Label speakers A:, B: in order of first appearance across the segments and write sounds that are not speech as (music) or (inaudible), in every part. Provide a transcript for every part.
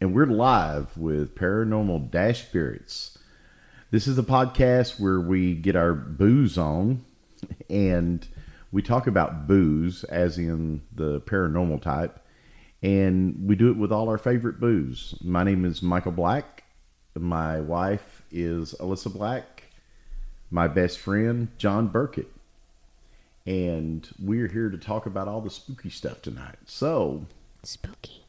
A: and we're live with Paranormal Dash Spirits. This is a podcast where we get our booze on and we talk about booze, as in the paranormal type, and we do it with all our favorite booze. My name is Michael Black. My wife is Alyssa Black. My best friend, John Burkett. And we're here to talk about all the spooky stuff tonight. So,
B: Spooky.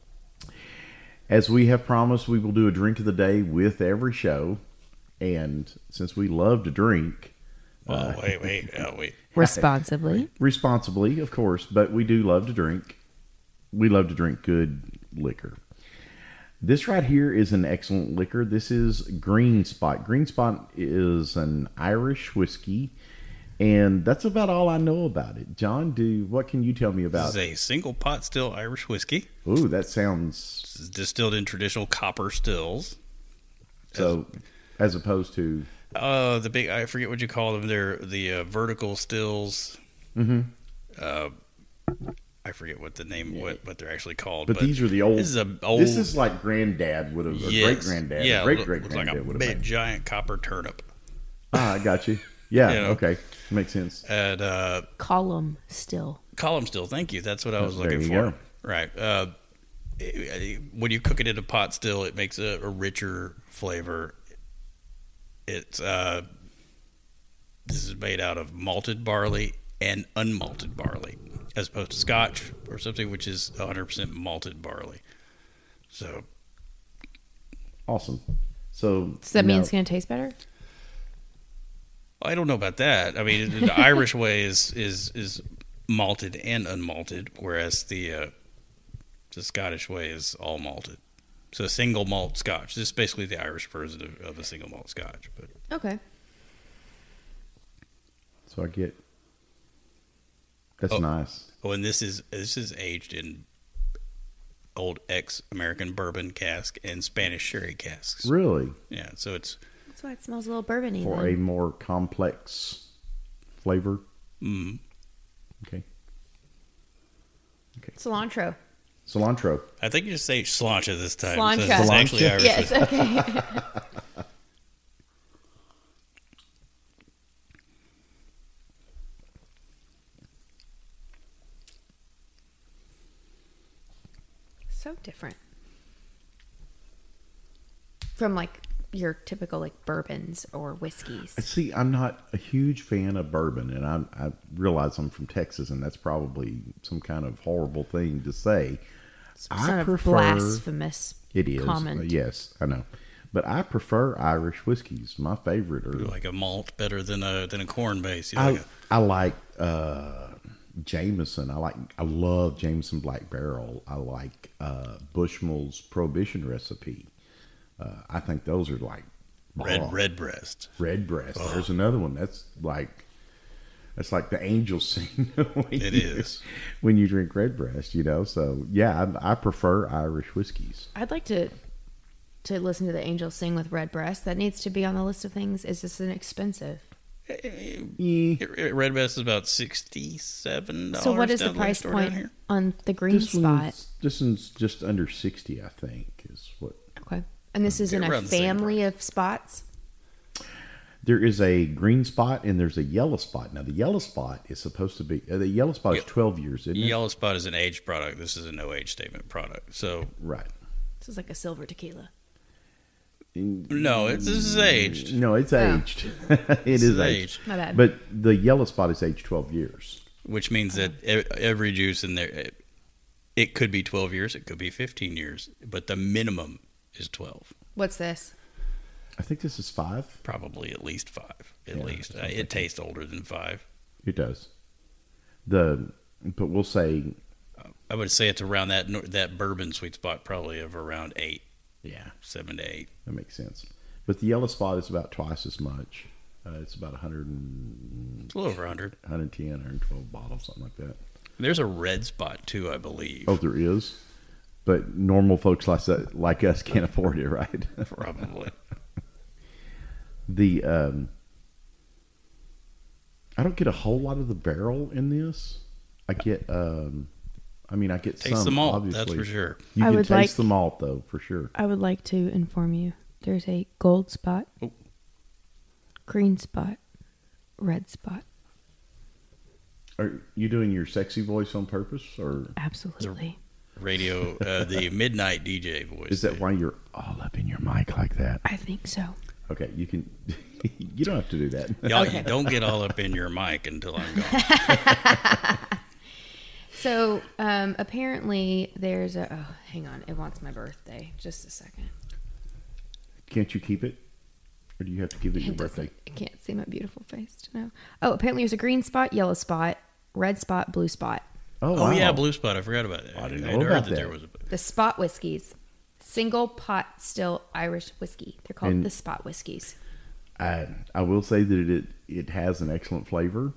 A: as we have promised, we will do a drink of the day with every show. And since we love to drink Uh,
C: Oh, wait,
A: (laughs)
C: wait, oh, wait.
B: Responsibly.
A: responsibly, of course, but we do love to drink, we love to drink good liquor. This right here is an excellent liquor. This is Green Spot. Green Spot is an Irish whiskey, and that's about all I know about it. John, do what can you tell me
C: This
A: about?
C: is a single pot still Irish whiskey.
A: Ooh, that sounds
C: This is distilled in traditional copper stills.
A: so. As opposed to
C: Uh, the big, I forget what you call them. They're the uh, vertical stills. Mm-hmm. Uh, I forget what the name, what, what they're actually called.
A: But, these are the old.
C: This is a old.
A: This is like granddad would have, or
C: yes.
A: great granddad,
C: Yeah,
A: great
C: look-
A: great
C: looks like
A: granddad
C: a
A: would have.
C: big,
A: made.
C: giant copper turnip.
A: Ah, I got
C: (laughs)
A: you. Yeah,
C: You know.
A: okay, makes sense.
C: And uh,
B: Column still.
C: column still. Thank you. That's what I was
A: There
C: looking
A: you
C: for.
A: go.
C: Right. Uh, it- it- when you cook it in a pot still, it makes a, a richer flavor. It's uh, this is made out of malted barley and unmalted barley, as opposed to Scotch or something which is 100% malted barley. So
A: Awesome. So
B: Does that mean
A: now-
B: it's going to taste better?
C: I don't know about that. I
A: (laughs)
C: mean, the Irish way is is is malted and unmalted, whereas the uh, the Scottish way is all malted. So single malt Scotch. This is basically the Irish version of, of a single malt Scotch. But
B: Okay.
A: so I get. That's
C: Oh.
A: nice.
C: oh, and this is this is aged in old ex-American bourbon cask and Spanish sherry casks.
A: Really,
C: Yeah, so it's
B: That's why it smells a little bourbon
A: for
C: Mm-hmm.
A: a more complex flavor.
C: mm,
A: Okay,
B: Cilantro.
A: cilantro.
C: I think you just say slancha this time.
B: Sláinte.
C: since It's actually
A: Sláinte.
C: Irish.
B: Yes, okay.
A: (laughs)
B: so different from like your typical like bourbons or whiskeys.
A: See, I'm not a huge fan of bourbon, and I, I realize I'm from Texas, and that's probably some kind of horrible thing to say.
B: It's
A: I
B: sort of
A: prefer-
B: blasphemous.
A: It is.
B: Comment.
A: Uh, Yes, I know. But I prefer Irish whiskeys. My favorite are
C: You Like a malt better than a than a corn base. You
A: I,
C: like a-
A: I like uh Jameson. I like I love Jameson Black Barrel. I like uh Bushmills Prohibition recipe. Uh, I think those are like
C: red
A: oh,
C: red breast.
A: red breast. There's another one that's like that's like the angel (laughs) sing.
C: It is.
A: when you drink red breast, you know. So yeah, I, I prefer Irish whiskeys.
B: I'd like to to listen to the angels sing with red breast. That needs to be on the list of things. Is this inexpensive?
A: Eh,
C: Red Vest is about sixty-seven dollars.
B: So what is the price point on the green
A: this
B: spot?
A: one's, this one's just under sixty, I think, is what
B: Okay. And this is in a
C: Mm, around the same
B: family of spots.
A: There is a green spot and there's a yellow spot. Now the yellow spot is supposed to be uh, the yellow spot is
C: Yep.
A: twelve years, isn't it?
C: Yellow Spot is an aged product. This is a no age statement product. So
A: Right.
B: This is like a silver tequila.
C: no, it's, this is aged.
A: No, it's
B: Oh.
A: aged. (laughs) it is aged.
C: aged.
B: My bad.
A: But the yellow spot is aged twelve years.
C: which means that e- every juice in there, it, it could be twelve years, it could be fifteen years, but the minimum is twelve.
B: What's this?
A: I think this is five.
C: Probably at least five. At
A: Yeah,
C: least uh,
A: something
C: it tastes older than five.
A: It does. The but we'll say
C: Uh, I would say it's around that nor- that bourbon sweet spot, probably of around eight,
A: yeah
C: seven to eight.
A: that makes sense. But the yellow spot is about twice as much. Uh, it's about 100,
C: It's a little over hundred.
A: 110, 112 bottles, something like that.
C: There's a red spot too, I believe.
A: Oh, there is. But normal folks like us, like us can't afford it, right?
C: (laughs) Probably.
A: (laughs) the um I don't get a whole lot of the barrel in this. I get um I mean, I get
C: Taste
A: some.
C: the malt,
A: obviously.
C: that's for sure.
A: You
B: I
A: can
B: would
A: taste
B: like-
A: the malt though, for sure.
B: I would like to inform you there's a gold spot,
C: Oh.
B: green spot, red spot.
A: Are you doing your sexy voice on purpose, or
B: Absolutely.
C: Radio, uh, (laughs) the midnight DJ voice.
A: is that why you're all up in your mic like that?
B: I think so.
A: Okay, you can. (laughs) you don't have to do that.
C: Y'all, you don't get all up in your mic until I'm gone.
B: So um, apparently there's a. Oh, hang on. It wants my birthday. Just a second.
A: Can't you keep it, or do you have to give it your
B: It
A: birthday?
B: doesn't, I can't see my beautiful face to know. Oh, apparently there's a green spot, yellow spot, red spot, blue spot.
A: Oh,
C: Oh
A: wow.
C: yeah, Blue Spot. I forgot about that.
A: I didn't know
C: I'd heard
A: about
C: there
A: that.
C: was a
B: The spot whiskeys. Single pot still Irish whiskey. They're called
A: And-
B: the spot whiskeys.
A: I I will say that it it has an excellent flavor.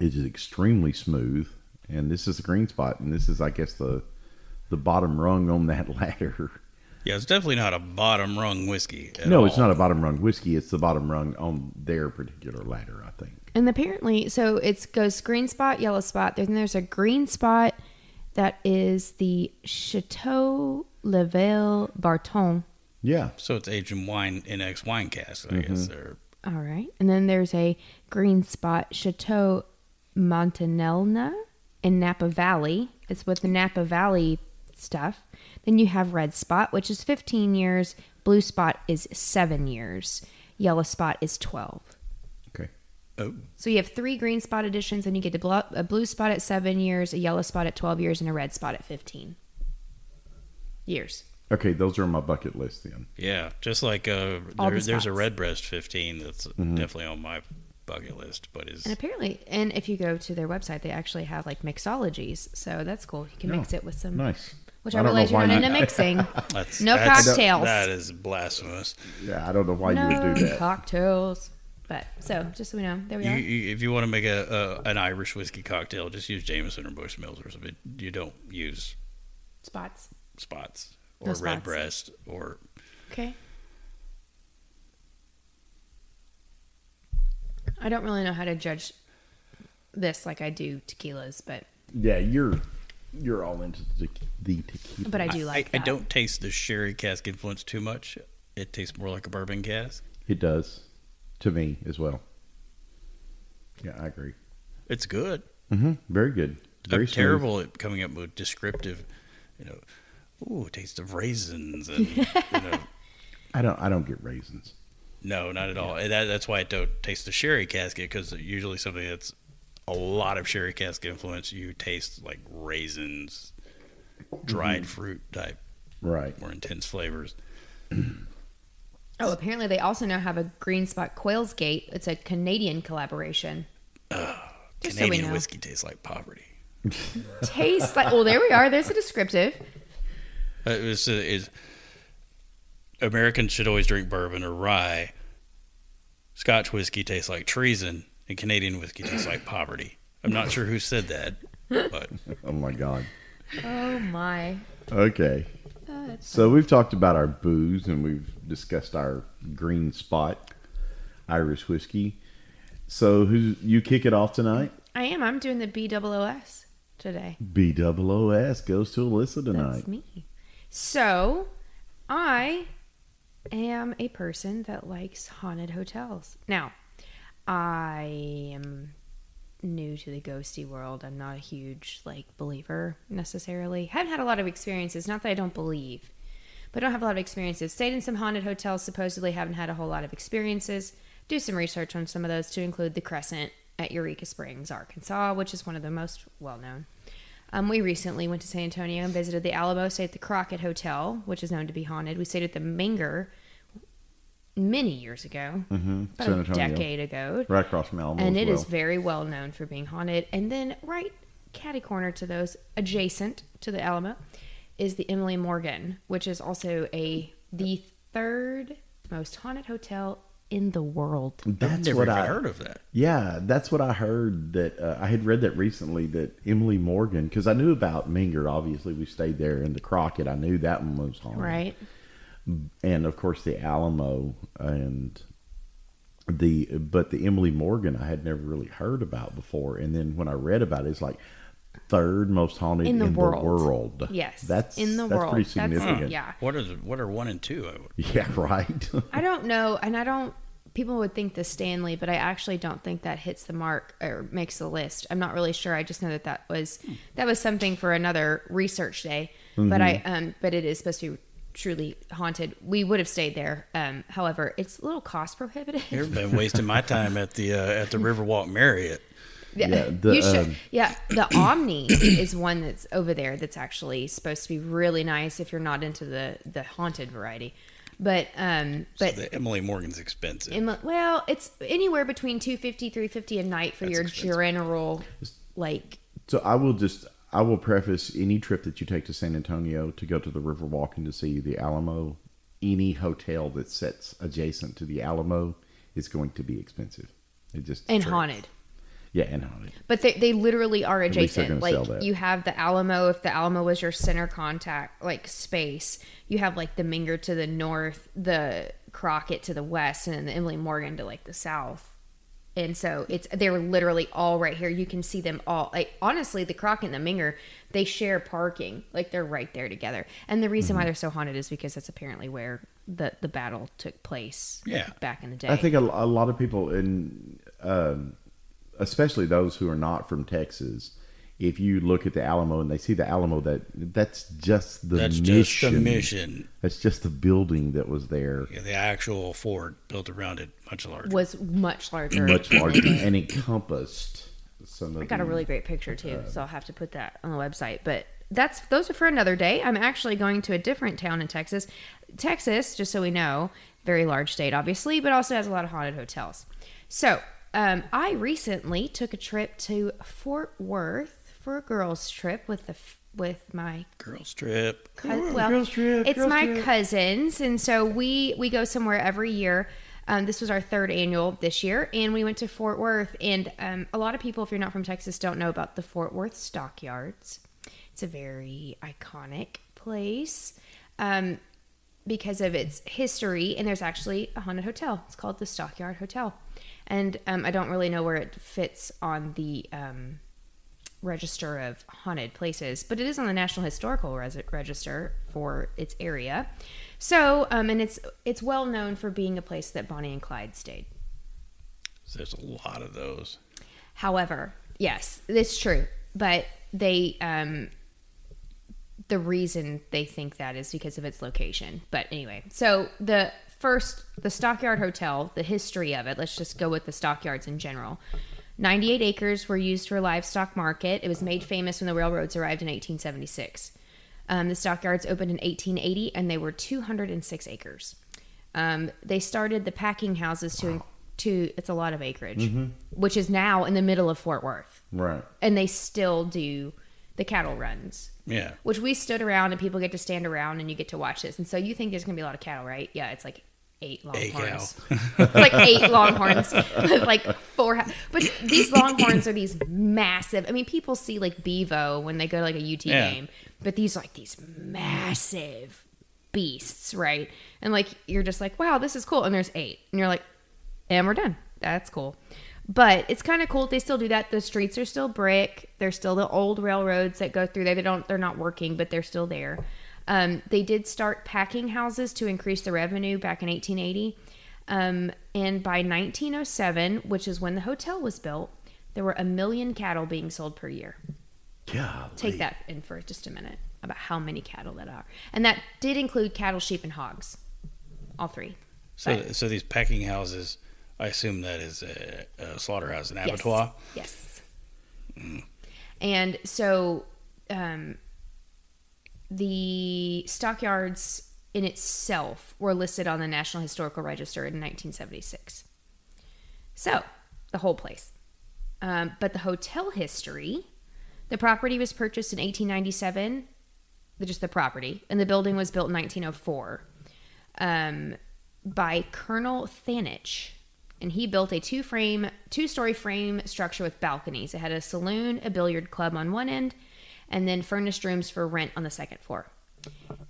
A: It is extremely smooth, and this is the green spot, and this is I guess the the bottom rung on that (laughs) ladder.
C: yeah. It's definitely not a bottom rung whiskey. at
A: no, it's
C: all.
A: not a bottom rung whiskey. It's the bottom rung on their particular ladder, I think.
B: And apparently, so it goes green spot, yellow spot. Then there's a green spot that is the Chateau Level Barton.
A: Yeah,
C: So it's aged in wine in ex wine cask, I guess. Or
B: All right. And then there's a green spot, Chateau Montanelna in Napa Valley. It's with the Napa Valley stuff. Then you have red spot, which is 15 years. Blue spot is seven years. Yellow spot is 12.
A: okay.
C: oh,
B: So you have three green spot editions, and you get a blo- a blue spot at seven years, a yellow spot at 12 years, and a red spot at 15 years.
A: Okay, those are on my bucket list then.
C: yeah, just like uh,
B: All
C: there,
B: the
C: there's a
B: spots.
C: Redbreast 15 that's definitely on my bucket list, but is
B: And apparently, and if you go to their website, they actually have like mixologies. So that's cool. You can
A: Yeah.
B: mix it with some
A: Nice.
B: Which
A: I
B: I,
A: don't know
B: realize you're
A: why
B: not
A: you- (laughs)
B: into mixing.
C: that's,
B: No
C: that's-
B: cocktails.
C: That is blasphemous.
A: Yeah, I don't know why you
B: no
A: would do that.
B: cocktails. But so, just so we know, there we
C: You,
B: are.
C: you, if you want to make a, a an Irish whiskey cocktail, just use Jameson or Bush Mills or something. You don't use
B: Spots.
C: spots or
B: No spots.
C: Redbreast or
B: Okay. I don't really know how to judge this like I do tequilas, but
A: Yeah, you're you're all into the, te- the tequila.
B: but I do like.
C: I,
B: that.
C: don't taste the sherry cask influence too much. It tastes more like a bourbon cask.
A: It does to me as well. Yeah, I agree.
C: It's good.
A: hmm Very good. Very
C: I'm
A: smooth.
C: terrible at coming up with descriptive, you know, ooh, taste of raisins and you know,
A: I don't. I don't get raisins.
C: no, not at all. And that, that's why I don't taste the sherry casket because usually something that's a lot of sherry cask influence, you taste like raisins,
B: Mm-hmm.
C: dried fruit type,
A: Right.
C: more intense flavors.
B: Oh, apparently they also now have a green spot Quail's Gate. It's a Canadian collaboration. Just so we
C: Canadian
B: know.
C: whiskey tastes like poverty.
B: Tastes like. Well, there we are. There's a descriptive.
C: Uh, it's, uh, it's- Americans should always drink bourbon or rye. Scotch whiskey tastes like treason, and Canadian whiskey tastes like poverty. I'm
B: (laughs)
C: not sure who said that, but
A: Oh my god.
B: Oh my.
A: Okay.
B: Oh, that's
A: So we've talked about our booze and we've discussed our green spot Irish whiskey. So who you kick it off tonight?
B: I am. I'm doing the BOOS today.
A: BOOS goes to Alyssa tonight.
B: That's me. So, I am a person that likes haunted hotels. Now, I am new to the ghosty world. I'm not a huge like believer necessarily. Haven't had a lot of experiences. Not that I don't believe, but I don't have a lot of experiences. Stayed in some haunted hotels. Supposedly, haven't had a whole lot of experiences. Do some research on some of those to include the Crescent at Eureka Springs, Arkansas, which is one of the most well known. Um, we recently went to San Antonio and visited the Alamo, stayed at the Crockett Hotel, which is known to be haunted. We stayed at the Minger many years ago, mm-hmm. about
A: San
B: a
A: Antonio.
B: decade ago
A: Right across from Alamo.
B: and
A: as
B: it
A: well.
B: is very well known for being haunted. And then right catty corner to those, adjacent to the Alamo, is the Emily Morgan, which is also a the third most haunted hotel in the world.
C: I've
A: That's
C: never
A: what
C: even
A: I
C: heard of that.
A: Yeah, that's what I heard. That uh, I had read that recently that Emily Morgan, because I knew about Minger. Obviously, we stayed there in the Crockett. I knew that one was haunted,
B: Right?
A: And of course, the Alamo and the but the Emily Morgan I had never really heard about before. And then when I read about it, it's like third most haunted in the, world.
B: Yes,
A: that's
B: in the
A: that's
B: world.
A: pretty
B: That's-
A: significant.
B: yeah.
C: What are the, what are one and two? I would-
A: (laughs) yeah, right. (laughs)
B: I don't know, and I don't. People would think the Stanley, but I actually don't think that hits the mark or makes the list. I'm not really sure. I just know that that was
A: Hmm.
B: that was something for another research day. But I
A: Mm-hmm.
B: um, but it is supposed to be truly haunted. We would have stayed there. Um, however, it's a little cost prohibitive. (laughs)
C: I've been wasting my time at the uh, at the Riverwalk Marriott.
A: Yeah, the,
B: you should.
A: um,
B: yeah, the Omni (coughs) is one that's over there that's actually supposed to be really nice if you're not into the the haunted variety. But um, but
C: The Emily Morgan's expensive.
B: in, well, it's anywhere between 250 350 a night for your
C: expensive.
B: general like
A: So I will just I will preface any trip that you take to San Antonio to go to the Riverwalk and to see the Alamo. Any hotel that sets adjacent to the Alamo is going to be expensive. It just
B: and
A: true.
B: haunted.
A: Yeah, and haunted.
B: But they, they literally are
A: least they're
B: adjacent.
A: gonna sell
B: Like
A: that.
B: you have the Alamo, if the Alamo was your center contact like space, you have like the Minger to the north, the Crockett to the west, and then the Emily Morgan to like the south. And so it's they're literally all right here. You can see them all. Like honestly, the Crockett and the Minger, they share parking. Like they're right there together. And the reason
A: Mm-hmm.
B: why they're so haunted is because that's apparently where the the battle took place.
C: Yeah.
B: back in the day.
A: I think a, a lot of people, and um, especially those who are not from Texas, if you look at the Alamo and they see the Alamo, that that's just the
C: That's
A: mission.
C: just the mission.
A: That's just the building that was there,
C: Yeah, the actual fort built around it much larger.
B: was much larger.
A: much larger and encompassed some of.
B: I got a
A: the-
B: really great picture too, so I'll have to put that on the website. But that's those are for another day. I'm actually going to a different town in Texas. Texas, just so we know, very large state, obviously, but also has a lot of haunted hotels. So um, I recently took a trip to Fort Worth for a girls' trip with the f- with my
C: Girls trip.
B: cou- well, it's my cousins, and so we we go somewhere every year. Um, this was our third annual this year, and we went to Fort Worth. And um, a lot of people, if you're not from Texas, don't know about the Fort Worth Stockyards. It's a very iconic place um, because of its history, and there's actually a haunted hotel. It's called the Stockyard Hotel, and um, I don't really know where it fits on the. Um, register of haunted places, but it is on the National Historical Res- Register for its area. So, um, and it's it's well known for being a place that Bonnie and Clyde stayed.
C: So There's a lot of those.
B: However, yes, it's true, but they um, the reason they think that is because of its location. But anyway, so the first, the Stockyard Hotel, the history of it, let's just go with the stockyards in general. 98 acres were used for a livestock market. It was made famous when the railroads arrived in 1876. Um, the stockyards opened in 1880 and they were 206 acres. Um, they started the packing houses to, to it's a lot of acreage, which is now in the middle of Fort Worth.
A: right.
B: And they still do the cattle runs
C: Yeah.
B: which we stood around and people get to stand around and you get to watch this. And so you think there's going to be a lot of cattle, right? Yeah, it's like eight
C: Eight
B: longhorns. (laughs) it's like eight longhorns (laughs) with like four. ha- But
C: (coughs)
B: these longhorns are these massive. I mean, people see like Bevo when they go to like a UT
C: Yeah.
B: game, but these are like these massive beasts, right? And like you're just like, wow, this is cool. And there's eight, and you're like, and we're done. That's cool. But it's kind of cool. that They still do that. The streets are still brick. They're still the old railroads that go through there. They don't. They're not working, but they're still there. Um, they did start packing houses to increase the revenue back in 1880. Um, and by 1907, which is when the hotel was built, there were a million cattle being sold per year
A: Golly.
B: take that in for just a minute about how many cattle that are. And that did include cattle, sheep, and hogs. All three.
C: So, so these packing houses, I assume that is a, a slaughterhouse, an abattoir.
B: Yes. yes. And so um, the stockyards in itself were listed on the National Historical Register in 1976. So the whole place. Um, but the hotel history, the property was purchased in 1897, the- just the property, and the building was built in 1904 um, by Colonel Thanich. And he built a two frame, two story frame structure with balconies. It had a saloon, a billiard club on one end, and then furnished rooms for rent on the second floor.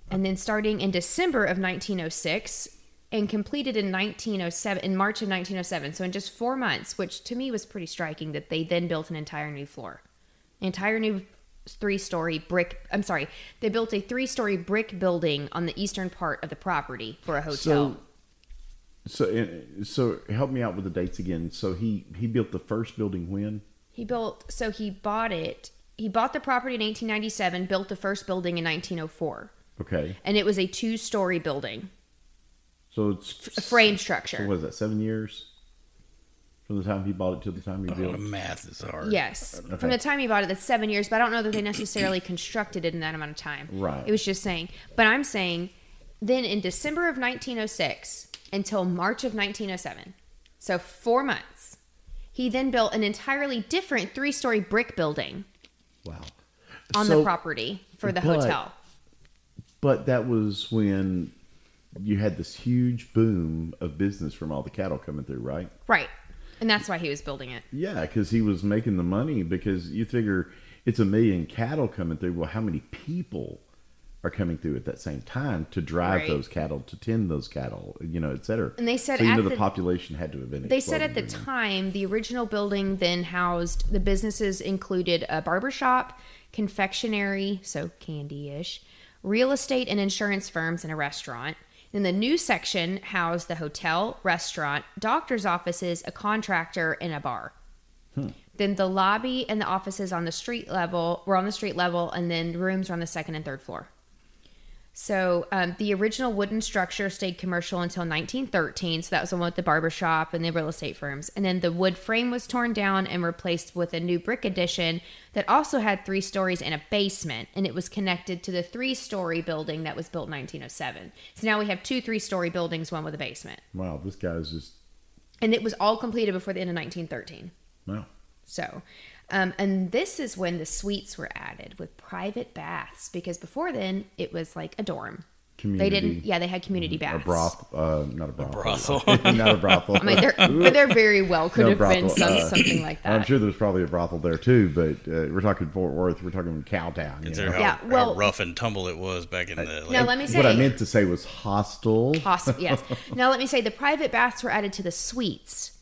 B: And then starting in December of 1906 and completed in 1907, in March of 1907. So in just four months, which to me was pretty striking that they then built an entire new floor An entire new three story brick. I'm sorry. They built a three story brick building on the eastern part of the property for a
A: So,
B: hotel.
A: so, and- so help me out with the dates again. So he he built the first building when?
B: he built, so he bought it. He bought the property in 1897, built the first building in 1904.
A: Okay,
B: And it was a two story building,
A: so it's
B: a frame
A: So
B: structure.
A: was that seven years from the time he bought it to the time he
C: Oh,
A: built? it?
C: math is hard.
B: Yes.
A: Okay.
B: From the time he bought it, that's seven years, but I don't know that they necessarily constructed it in that amount of time.
A: Right.
B: It was just saying. But I'm saying then in December of 1906 until March of 1907, so four months, he then built an entirely different three story brick building
A: Wow.
B: on
A: So-
B: the property for the
A: but-
B: hotel.
A: But that was when you had this huge boom of business from all the cattle coming through, right?
B: Right. And that's why he was building it.
A: Yeah, because he was making the money because you figure it's a million cattle coming through. Well, how many people are coming through at that same time to drive
B: Right.
A: those cattle, to tend those cattle, you know, et cetera?
B: And they said
A: so you
B: at
A: know the,
B: the-
A: population had to have been.
B: They said at the
A: exploding.
B: time the original building then housed the businesses included a barbershop, confectionery, so candy ish, real estate and insurance firms, and a restaurant. Then the new section housed the hotel, restaurant, doctor's offices, a contractor, and a bar.
A: Hmm.
B: Then the lobby and the offices on the street level were on the street level, and then rooms were on the second and third floor. So um, the original wooden structure stayed commercial until 1913. So that was the one with the barbershop and the real estate firms. And then the wood frame was torn down and replaced with a new brick addition that also had three stories and a basement. And it was connected to the three story building that was built in 1907. So now we have two three story buildings, one with a basement.
A: Wow, this guy's just
B: And it was all completed before the end of 1913.
A: wow.
B: So, um, and this is when the suites were added with private baths because before then it was like a dorm.
A: Community.
B: They didn't. Yeah, they had community
A: A
B: baths.
A: broth, uh, not a brothel, (laughs)
C: brothel.
A: not a
B: (laughs)
A: brothel.
B: I mean,
A: (laughs)
B: there, (laughs) but there very well could
A: No
B: have been
A: brothel,
B: some,
A: uh,
B: something like that.
A: I'm sure there's probably a brothel there too, but uh, we're talking Fort Worth, we're talking Cowtown. You
C: Consider
A: know?
C: how,
B: Yeah, well-
C: how rough and tumble it was back
A: Uh,
C: in the.
B: Now let me say,
A: What I meant to say was hostel. (laughs)
B: Poss- yes. Now let me say, the private baths were added to the suites.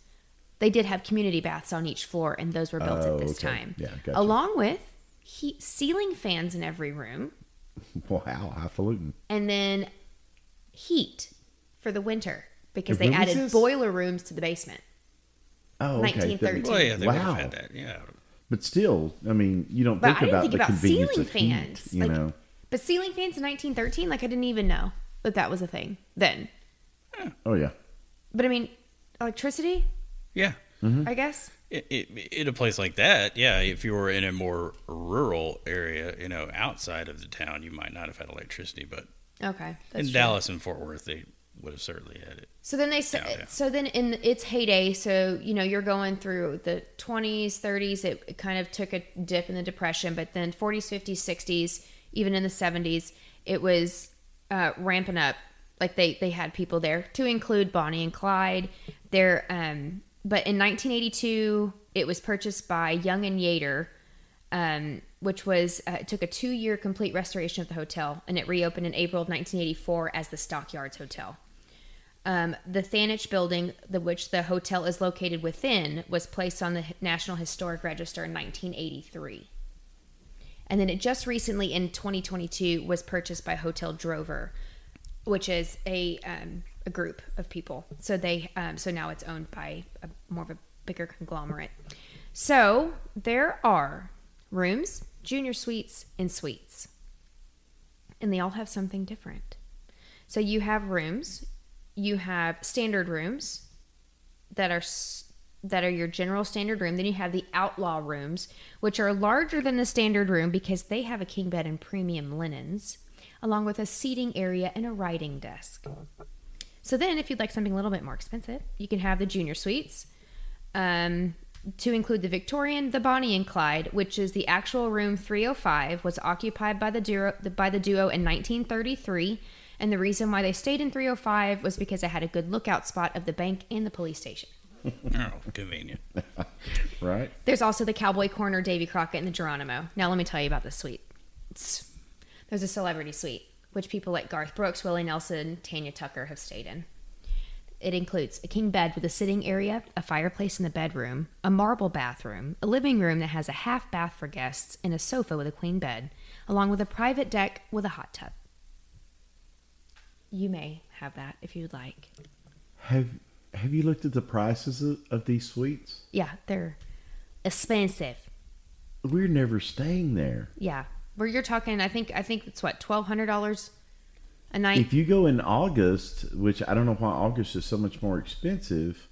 B: They did have community baths on each floor, and those were built
A: Oh,
B: at this
A: okay.
B: time.
A: Yeah, gotcha.
B: Along with heat, ceiling fans in every room,
A: Wow, highfalutin.
B: and then heat for the winter because
A: The
B: they
A: room is
B: added
A: this?
B: boiler rooms to the basement.
A: Oh, okay. that makes-
B: 1913.
C: well, yeah, they would
A: Wow.
C: have had that. Yeah.
A: But still, I mean, you don't
B: But
A: think
B: I didn't
A: about
B: think
A: the
B: about
A: convenience
B: ceiling
A: of heat,
B: fans.
A: you
B: like,
A: know,
B: but ceiling fans in 1913, like I didn't even know that that was a thing then.
A: oh yeah,
B: But I mean, electricity,
C: Yeah.
B: I guess.
C: It, it, in a place like that, yeah, if you were in a more rural area, you know, outside of the town, you might not have had electricity, but
B: Okay.
C: in
B: That's true.
C: Dallas and Fort Worth, they would have certainly had it.
B: So then they said.
C: Yeah, yeah.
B: So then in its heyday, so you know you're going through the 20s, 30s. It, it kind of took a dip in the depression, but then 40s, 50s, 60s, even in the 70s, it was uh, ramping up. Like they they had people there to include Bonnie and Clyde. There, um, but in 1982, it was purchased by Young and Yater. um, which was uh, it took a two-year complete restoration of the hotel, and it reopened in April of 1984 as the Stockyards Hotel. Um, the Thanich building, the which the hotel is located within, was placed on the H- National Historic Register in 1983, and then it just recently in 2022 was purchased by Hotel Drover, which is a um, a group of people. So they um, so now it's owned by a, more of a bigger conglomerate. So there are rooms, junior suites, and suites, and they all have something different. So you have rooms, you have standard rooms that are s- that are your general standard room. Then you have the outlaw rooms, which are larger than the standard room because they have a king bed and premium linens, along with a seating area and a writing desk. So then, if you'd like something a little bit more expensive, you can have the junior suites, um, to include the Victorian, the Bonnie and Clyde, which is the actual room 305, was occupied by the duo by the duo in 1933, and the reason why they stayed in 305 was because it had a good lookout spot of the bank and the police station.
C: Oh, convenient.
A: right.
B: There's also the Cowboy Corner, Davy Crockett, and the Geronimo. Now let me tell you about this suite. It's- There's a celebrity suite, which people like Garth Brooks, Willie Nelson, Tanya Tucker have stayed in. It includes a king bed with a sitting area, a fireplace in the bedroom, a marble bathroom, a living room that has a half bath for guests, and a sofa with a queen bed, along with a private deck with a hot tub. You may have that if you'd like.
A: Have Have you looked at the prices of, of these suites?
B: Yeah, they're expensive.
A: We're never staying there.
B: Yeah, where you're talking, I think I think it's what twelve hundred dollars a night.
A: If you go in August, which I don't know why August is so much more expensive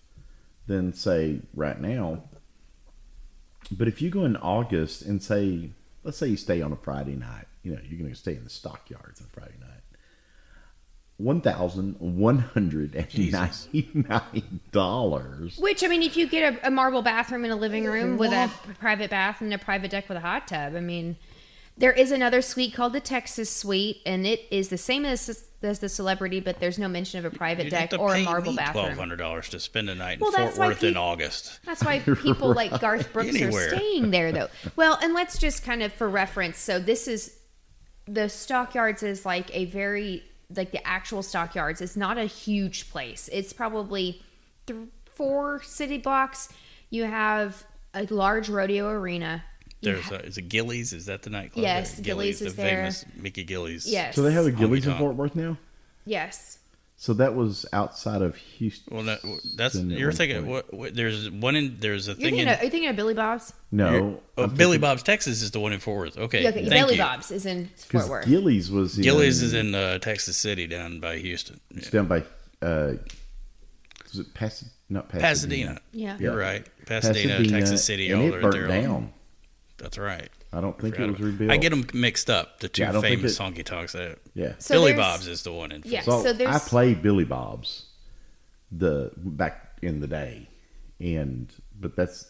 A: than say right now, but if you go in August and say, let's say you stay on a Friday night, you know you're going to stay in the stockyards on Friday night. One thousand one hundred and ninety-nine dollars.
B: Which I mean, if you get a, a marble bathroom in a living room with a private bath and a private deck with a hot tub, I mean, there is another suite called the Texas Suite, and it is the same as as the Celebrity, but there's no mention of a private
C: You'd have
B: deck
C: to
B: or a
C: pay
B: marble
C: me twelve
B: bathroom.
C: hundred dollars to spend a night in
B: Well,
C: Fort
B: that's why
C: Worth in
B: peop-
C: August.
B: That's
C: (laughs)
B: why people like Garth Brooks
C: Anywhere.
B: are staying there,
C: (laughs)
B: though. Well, and let's just kind of for reference. So this is the stockyards is like a very like the actual stockyards. It's not a huge place. It's probably th- four city blocks. You have a large rodeo arena. You
C: There's a, is it Gillies? Is that the nightclub?
B: Yes,
C: Uh,
B: Gillies is
C: the
B: there.
C: famous Mickey Gillies.
B: Yes.
A: So they have a Gillies in
C: Honky-tonk.
A: Fort Worth now.
B: yes.
A: So that was outside of Houston.
C: Well, that, that's
A: at
C: you're
A: one
C: thinking.
A: point.
C: What, what, there's one in. There's a
B: You're
C: thing
B: thinking,
C: in.
B: of, are you thinking of Billy Bob's?
A: No,
C: oh,
A: I'm
C: Billy
A: thinking-
C: Bob's Texas is the one in Fort Worth. Okay,
B: Yeah, okay,
C: thank
B: Billy
C: you.
B: Bob's is in Fort
A: Because
B: Worth.
A: Gillies was in,
C: Gillies
A: um,
C: is in uh, Texas City, down by Houston. Yeah.
A: it's down by uh, was it Pas- not Pasadena?
C: Pasadena.
B: yeah.
A: Yeah.
C: You're right. Pasadena, Texas City.
A: and
C: all
A: it
C: they're-
A: burnt
C: they're all-
A: down.
C: That's right.
A: I don't think it
C: Forgot
A: was
C: about-
A: rebuilt.
C: I get them mixed up. The two
A: Yeah, I don't think
C: famous
A: it-
C: honky tonks. That
A: Yeah.
B: So
C: Billy
B: there's-
C: Bob's is the one in. Fort
B: Yeah.
C: Worth.
A: So,
B: So there's-
A: I played Billy Bob's the back in the day, and but that's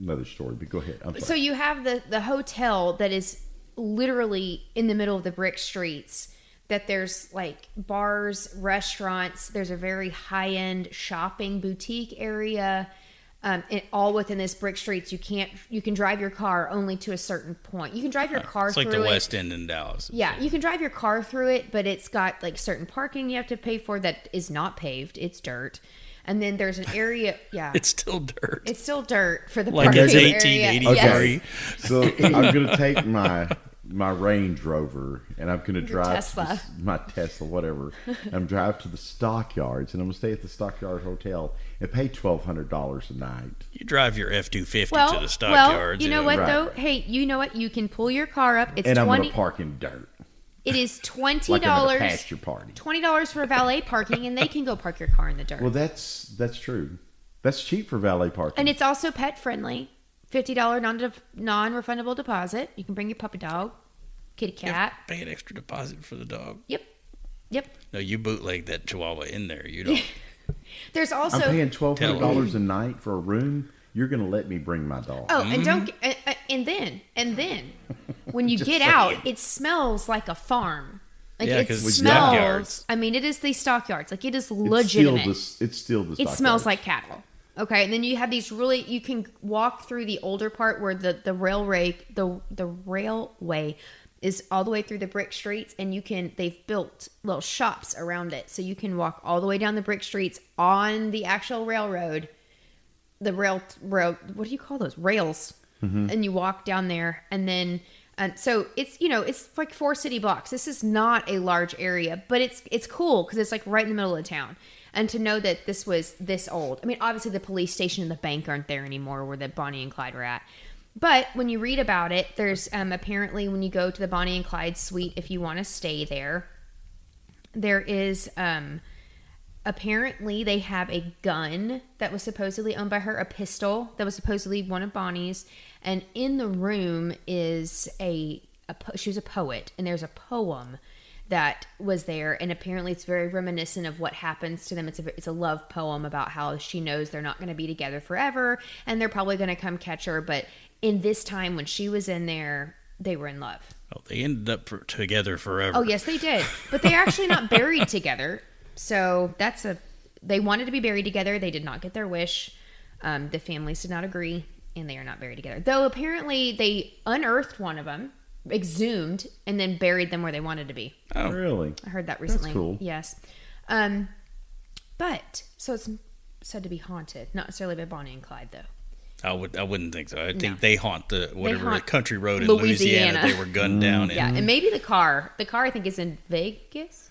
A: another story. But go ahead. I'm
B: So
A: sorry.
B: you have the the hotel that is literally in the middle of the brick streets. That there's like bars, restaurants. There's a very high end shopping boutique area, um, and all within this brick streets. You can't you can drive your car only to a certain point. You can drive your car
C: It's
B: through
C: like the
B: it.
C: West End in Dallas.
B: Yeah, you can drive your car through it, but it's got like certain parking you have to pay for that is not paved. It's dirt, and then there's an area. Yeah,
C: (laughs) It's still dirt.
B: It's still dirt for the
C: like
B: parking
C: it's
B: area.
C: 1883.
B: Yes.
A: So I'm
C: (laughs)
A: gonna take my my Range Rover and I'm gonna drive
B: Tesla.
A: To the, s- my Tesla, whatever. I'm drive to the stockyards and I'm gonna stay at the stockyard hotel and pay twelve hundred dollars a night.
C: You drive your F two fifty
B: Well,
C: to the
B: well,
C: stockyards.
B: you know what
A: Right.
B: though? Hey, you know what? You can pull your car up. It's
A: and I'm
B: twenty.
A: gonna park in dirt.
B: It is twenty
A: Like I'm at a
B: dollars.
A: pasture party.
B: Twenty dollars for valet parking, and they can go park your car in the dirt.
A: Well that's that's true. That's cheap for valet parking.
B: and it's also pet friendly. Fifty dollar non non refundable deposit. You can bring your puppy dog, kitty
C: You
B: cat.
C: have to Pay an extra deposit for the dog.
B: Yep, yep.
C: No, you bootleg that Chihuahua in there.
B: (laughs)
C: You don't.
B: There's
A: I'm
B: also
A: paying twelve hundred
C: Tell
A: dollars a night for a room. You're gonna let me bring my dog.
B: Oh,
C: Mm-hmm.
B: and don't. g- And, and- and then, and then,
A: (laughs)
B: when you get out, it smells like a farm. Like
C: Yeah,
B: it
C: 'cause with
B: smells.
C: stockyards.
B: I mean, it is the stockyards. Like it is
A: it's still
B: legitimate.
A: the s- it's still the
B: it smells
A: stockyards.
B: like cattle. Okay, and then you have these really. You can walk through the older part where the the railway the the railway is all the way through the brick streets, and you can they've built little shops around it, so you can walk all the way down the brick streets on the actual railroad. The rail rail what do you call those rails? And you walk down there, and then. Um, so it's you know it's like four city blocks. This is not a large area, but it's it's cool because it's like right in the middle of town. And to know that this was this old, I mean, obviously the police station and the bank aren't there anymore, where the Bonnie and Clyde were at. But when you read about it, there's um, apparently when you go to the Bonnie and Clyde suite, if you want to stay there, there is um, apparently they have a gun that was supposedly owned by her, a pistol that was supposedly one of Bonnie's, and in the room is a, a po- she was a poet, and there's a poem that was there, and apparently it's very reminiscent of what happens to them. It's a it's a love poem about how she knows they're not going to be together forever, and they're probably going to come catch her, but in this time when she was in there, they were in love.
C: Oh, they ended up for, together forever.
B: Oh yes, they did. But they're actually not buried together. So that's a. They wanted to be buried together. They did not get their wish. Um, the families did not agree, and they are not buried together. Though apparently they unearthed one of them, exhumed, and then buried them where they wanted to be.
C: Oh,
A: really.
B: I heard that recently.
A: cool.
B: Yes. Um, But so it's said to be haunted, not necessarily by Bonnie and Clyde though.
C: I would I wouldn't think so. I think
B: No.
C: they haunt the whatever
B: haunt
C: country road in
B: Louisiana.
C: Louisiana, they were gunned
A: Mm.
C: down in.
B: Yeah, and maybe the car. The car I think is in Vegas.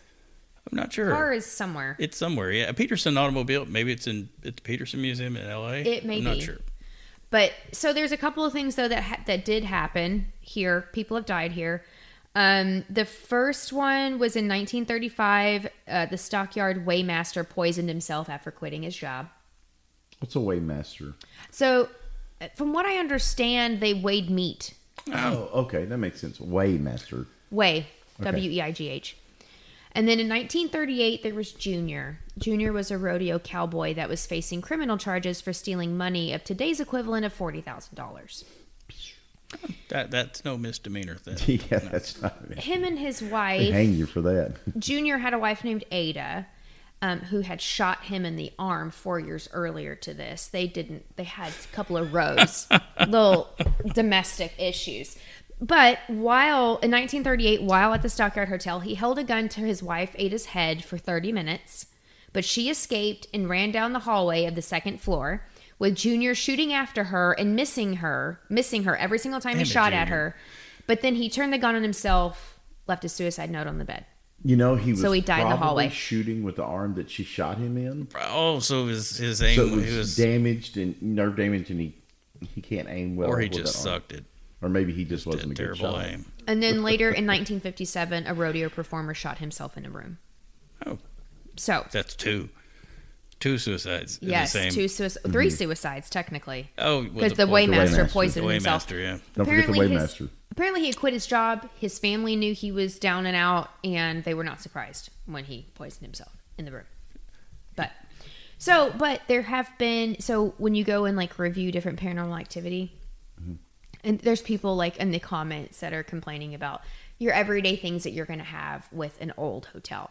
C: I'm not sure.
B: Car is somewhere.
C: It's somewhere, yeah. A Peterson automobile. Maybe it's in at the Peterson Museum in L.A.
B: It may
C: I'm not
B: be.
C: sure.
B: But so there's a couple of things though that ha- that did happen here. People have died here. Um, the first one was in 1935. Uh, the stockyard weighmaster poisoned himself after quitting his job.
A: What's a weighmaster?
B: So, uh, from what I understand, they weighed meat.
C: (clears throat)
A: Oh, okay, that makes sense. Weighmaster.
B: Weigh,
A: Okay.
B: W E I G H. And then in 1938, there was Junior. Junior was a rodeo cowboy that was facing criminal charges for stealing money of today's equivalent of $40,000.
C: That that's no misdemeanor thing.
A: (laughs) (laughs) Yeah, that's not.
B: Him and his
A: They
B: wife,
A: hang you for that.
B: Junior had a wife named Ada, um, who had shot him in the arm four years earlier to this. They didn't, they had a couple of
C: (laughs)
B: rows, little domestic issues. But while in 1938, while at the Stockyard Hotel, he held a gun to his wife Ada's head for 30 minutes, but she escaped and ran down the hallway of the second floor. With Junior shooting after her and missing her, missing her every single time
C: Damn
B: he
C: it,
B: shot at
C: Junior.
B: her. But then he turned the gun on himself, left a suicide note on the bed.
A: You know, he was
B: So he died in the
A: probably
B: hallway.
A: shooting with the arm that she shot him in.
C: Oh, so his his aim
A: So it was,
C: he was,
A: damaged and nerve damage, and he he can't aim well.
C: or he
A: with
C: just
A: that arm.
C: sucked it.
A: or maybe he just wasn't a good
C: terrible
A: shot.
C: aim.
B: And then later in 1957, a rodeo performer shot himself in a room.
C: Oh,
B: So,
C: that's two, two suicides. in
B: yes,
C: the same. Mhm.
B: two suici- three suicides technically.
C: Oh, with
B: Because the,
C: poison-
B: Waymaster
A: Waymaster.
C: the
B: poisoned himself.
C: Waymaster, yeah.
A: Don't forget the
B: his-
A: Waymaster.
B: apparently he had quit his job. His family knew he was down and out, and they were not surprised when he poisoned himself in the room. But so, but there have been so when you go and like review different paranormal activity,
A: Mm-hmm.
B: and there's people like in the comments that are complaining about your everyday things that you're going to have with an old hotel.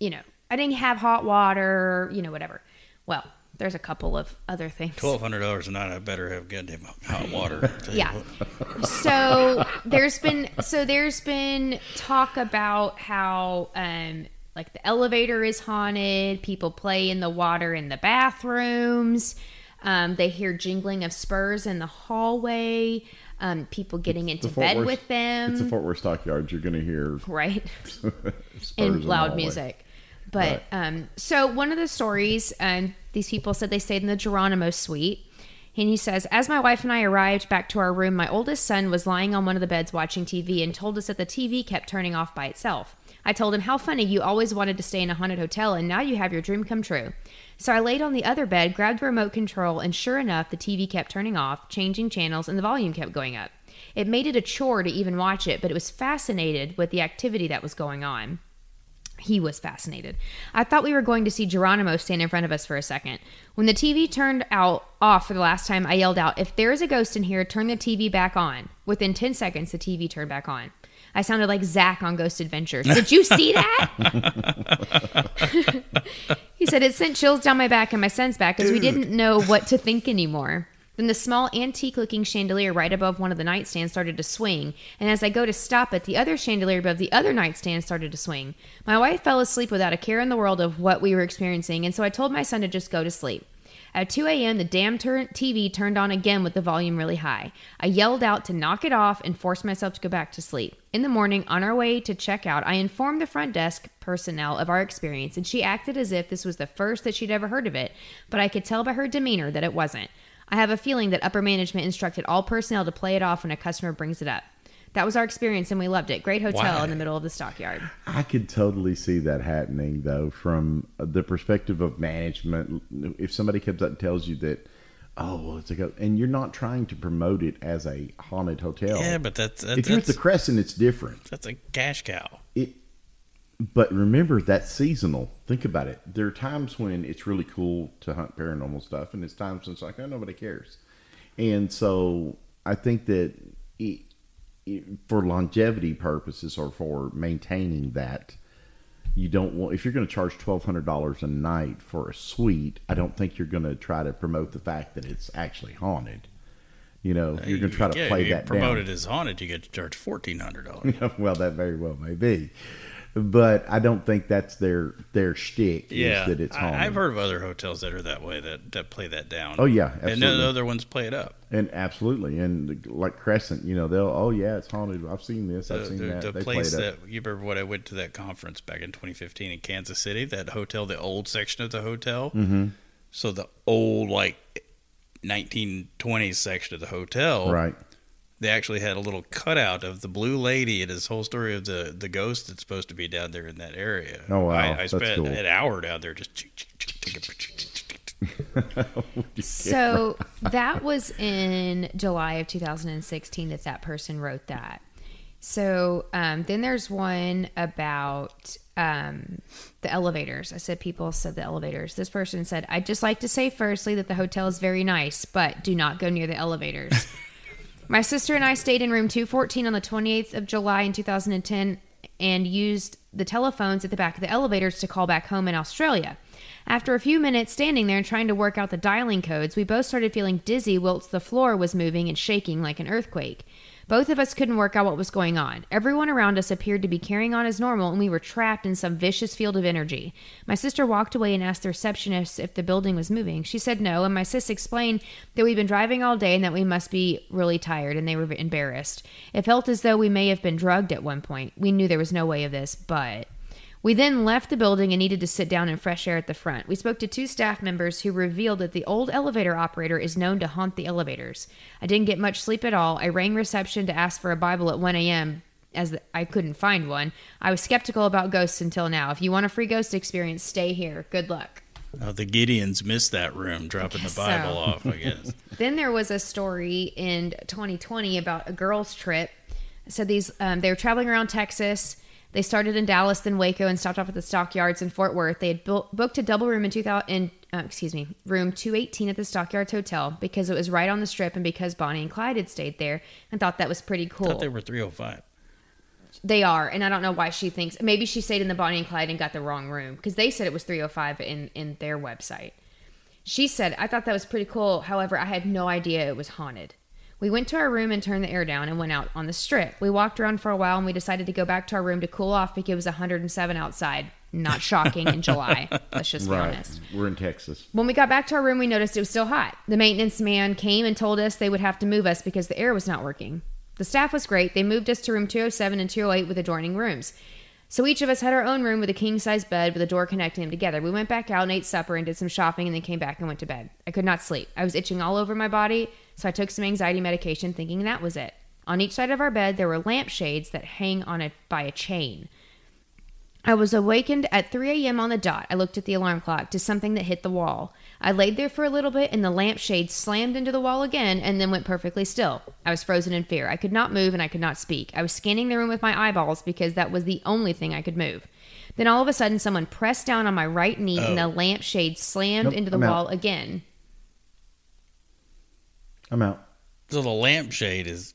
B: You know, I didn't have hot water. You know, whatever. Well, there's a couple of other things.
C: Twelve hundred dollars a night. I better have goddamn hot water. Tell you
B: Yeah.
C: what.
B: So there's been so there's been talk about how um like the elevator is haunted, people play in the water in the bathrooms, um, they hear jingling of spurs in the hallway, um, people getting into
A: The Fort
B: bed
A: Worth-
B: with them,
A: It's the Fort Worth Stockyards. You're going to hear
B: right?
A: spurs in
B: and
A: the
B: loud
A: hallway.
B: music. But um, so one of the stories, um, these people said they stayed in the Geronimo suite. And he says, As my wife and I arrived back to our room, my oldest son was lying on one of the beds watching TV and told us that the TV kept turning off by itself. I told him, How funny, you always wanted to stay in a haunted hotel and now you have your dream come true. So I laid on the other bed, grabbed the remote control, and sure enough, the TV kept turning off, changing channels, and the volume kept going up. It made it a chore to even watch it, but it was fascinated with the activity that was going on. He was fascinated. I thought we were going to see Geronimo stand in front of us for a second. When the TV turned out off for the last time, I yelled out, "If there is a ghost in here, turn the TV back on." Within 10 seconds, the TV turned back on. I sounded like Zach on Ghost Adventures. Did you see that? he said it sent chills down my back and my son's back as we didn't know what to think anymore. Then the small antique looking chandelier right above one of the nightstands started to swing, and as I go to stop it, the other chandelier above the other nightstand started to swing. My wife fell asleep without a care in the world of what we were experiencing, and so I told my son to just go to sleep. At 2 a.m., the damn turn- TV turned on again with the volume really high. I yelled out to knock it off and forced myself to go back to sleep. In the morning, on our way to check out, I informed the front desk personnel of our experience, and she acted as if this was the first that she'd ever heard of it, but I could tell by her demeanor that it wasn't. I have a feeling that upper management instructed all personnel to play it off when a customer brings it up. That was our experience, and we loved it. Great hotel
C: Why?
B: in the middle of the stockyard.
A: I could totally see that happening, though, from the perspective of management. If somebody comes up and tells you that, oh, well, it's a go, and you're not trying to promote it as a haunted hotel.
C: Yeah, but that's that's
A: if you're at the
C: that's,
A: Crescent, it's different.
C: that's a cash cow.
A: It, but remember that's seasonal. Think about it. There are times when it's really cool to hunt paranormal stuff, and it's times when it's like, oh, nobody cares. And so I think that it, it, for longevity purposes or for maintaining that, you don't want if you're going to charge twelve hundred dollars a night for a suite. I don't think you're going to try to promote the fact that it's actually haunted. You know, you're going to try to
C: Yeah,
A: play
C: you
A: that down. (laughs)
C: promote it as haunted. You get to charge fourteen hundred dollars.
A: well, that very well may be. but I don't think that's their their shtick. is
C: Yeah,
A: that it's haunted.
C: I, have heard of other hotels that are that way that that play that down.
A: Oh yeah,
C: and then
A: absolutely.
C: the other ones play it up.
A: And absolutely, and like Crescent, you know, they'll oh yeah, it's haunted. I've seen this, I've
C: the,
A: seen
C: the-
A: that.
C: the
A: they
C: place
A: played it.
C: that you remember when I went to that conference back in 2015 in Kansas City, that hotel, the old section of the hotel.
A: Mm.
C: Mm-hmm. So the old like 1920s section of the hotel,
A: right?
C: They actually had a little cutout of the Blue Lady and his whole story of the the ghost that's supposed to be down there in that area.
A: Oh, wow.
C: I, I
A: That's
C: spent
A: cool.
C: an hour down there just.
B: So that was in July of 2016 that that person wrote that. So um, then there's one about um, the elevators. I said people said the elevators. This person said, I'd just like to say firstly that the hotel is very nice, but do not go near the elevators. My sister and I stayed in room 214 on the 28th of July in 2010 and used the telephones at the back of the elevators to call back home in Australia. After a few minutes standing there and trying to work out the dialing codes, we both started feeling dizzy whilst the floor was moving and shaking like an earthquake. Both of us couldn't work out what was going on. Everyone around us appeared to be carrying on as normal, and we were trapped in some vicious field of energy. My sister walked away and asked the receptionist if the building was moving. She said no, and my sis explained that we'd been driving all day and that we must be really tired, and they were embarrassed. It felt as though we may have been drugged at one point. We knew there was no way of this, but. We then left the building and needed to sit down in fresh air at the front. We spoke to two staff members who revealed that the old elevator operator is known to haunt the elevators. I didn't get much sleep at all. I rang reception to ask for a Bible at 1 a.m. as the, I couldn't find one. I was skeptical about ghosts until now. If you want a free ghost experience, stay here. Good luck.
C: Oh, the Gideons missed that room, dropping the
B: guess so.
C: Bible off. I guess.
B: Then there was a story in 2020 about a girls' trip. So these um, they were traveling around Texas. They started in Dallas, then Waco, and stopped off at the stockyards in Fort Worth. They had built, booked a double room in 2000, in, uh, excuse me, room 218 at the Stockyards Hotel because it was right on the strip and because Bonnie and Clyde had stayed there and thought that was pretty cool.
C: thought they were 305.
B: They are, and I don't know why she thinks maybe she stayed in the Bonnie and Clyde and got the wrong room because they said it was 305 in in their website. She said, "I thought that was pretty cool. However, I had no idea it was haunted." We went to our room and turned the air down and went out on the strip. We walked around for a while and we decided to go back to our room to cool off because it was 107 outside. Not shocking in July. Let's just be
A: Right.
B: honest.
A: We're in Texas.
B: When we got back to our room, we noticed it was still hot. The maintenance man came and told us they would have to move us because the air was not working. The staff was great. They moved us to room 207 and 208 with adjoining rooms. So each of us had our own room with a king size bed with a door connecting them together. We went back out and ate supper and did some shopping and then came back and went to bed. I could not sleep. I was itching all over my body, so I took some anxiety medication thinking that was it. On each side of our bed, there were lampshades that hang on a, by a chain. I was awakened at 3 a.m. on the dot. I looked at the alarm clock to something that hit the wall. I laid there for a little bit and the lampshade slammed into the wall again and then went perfectly still. I was frozen in fear. I could not move and I could not speak. I was scanning the room with my eyeballs because that was the only thing I could move. Then all of a sudden, someone pressed down on my right knee and the lampshade slammed
A: Oh. Nope,
B: into the
A: I'm out.
B: wall again.
A: I'm out.
C: So the lampshade is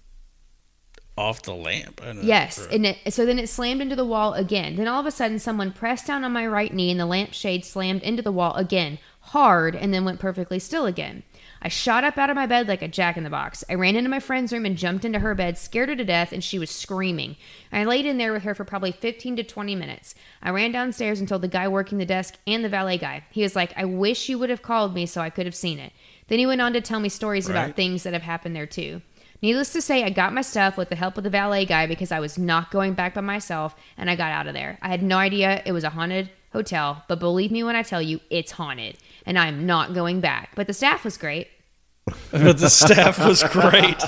C: off the lamp.
A: Oh,
C: I don't know.
B: Yes,
C: Or-
B: and it, so then it slammed into the wall again. Then all of a sudden, someone pressed down on my right knee, and the lampshade slammed into the wall again, hard, and then went perfectly still again. I shot up out of my bed like a jack in the box. I ran into my friend's room and jumped into her bed, scared her to death, and she was screaming. I laid in there with her for probably 15 to 20 minutes. I ran downstairs and told the guy working the desk and the valet guy. He was like, I wish you would have called me so I could have seen it. Then he went on to tell me stories about
C: Right.
B: things that have happened there too. Needless to say, I got my stuff with the help of the valet guy because I was not going back by myself and I got out of there. I had no idea it was a haunted hotel, but believe me when I tell you, it's haunted and I'm not going back. But the staff was great.
C: (laughs) but the staff was great. (laughs)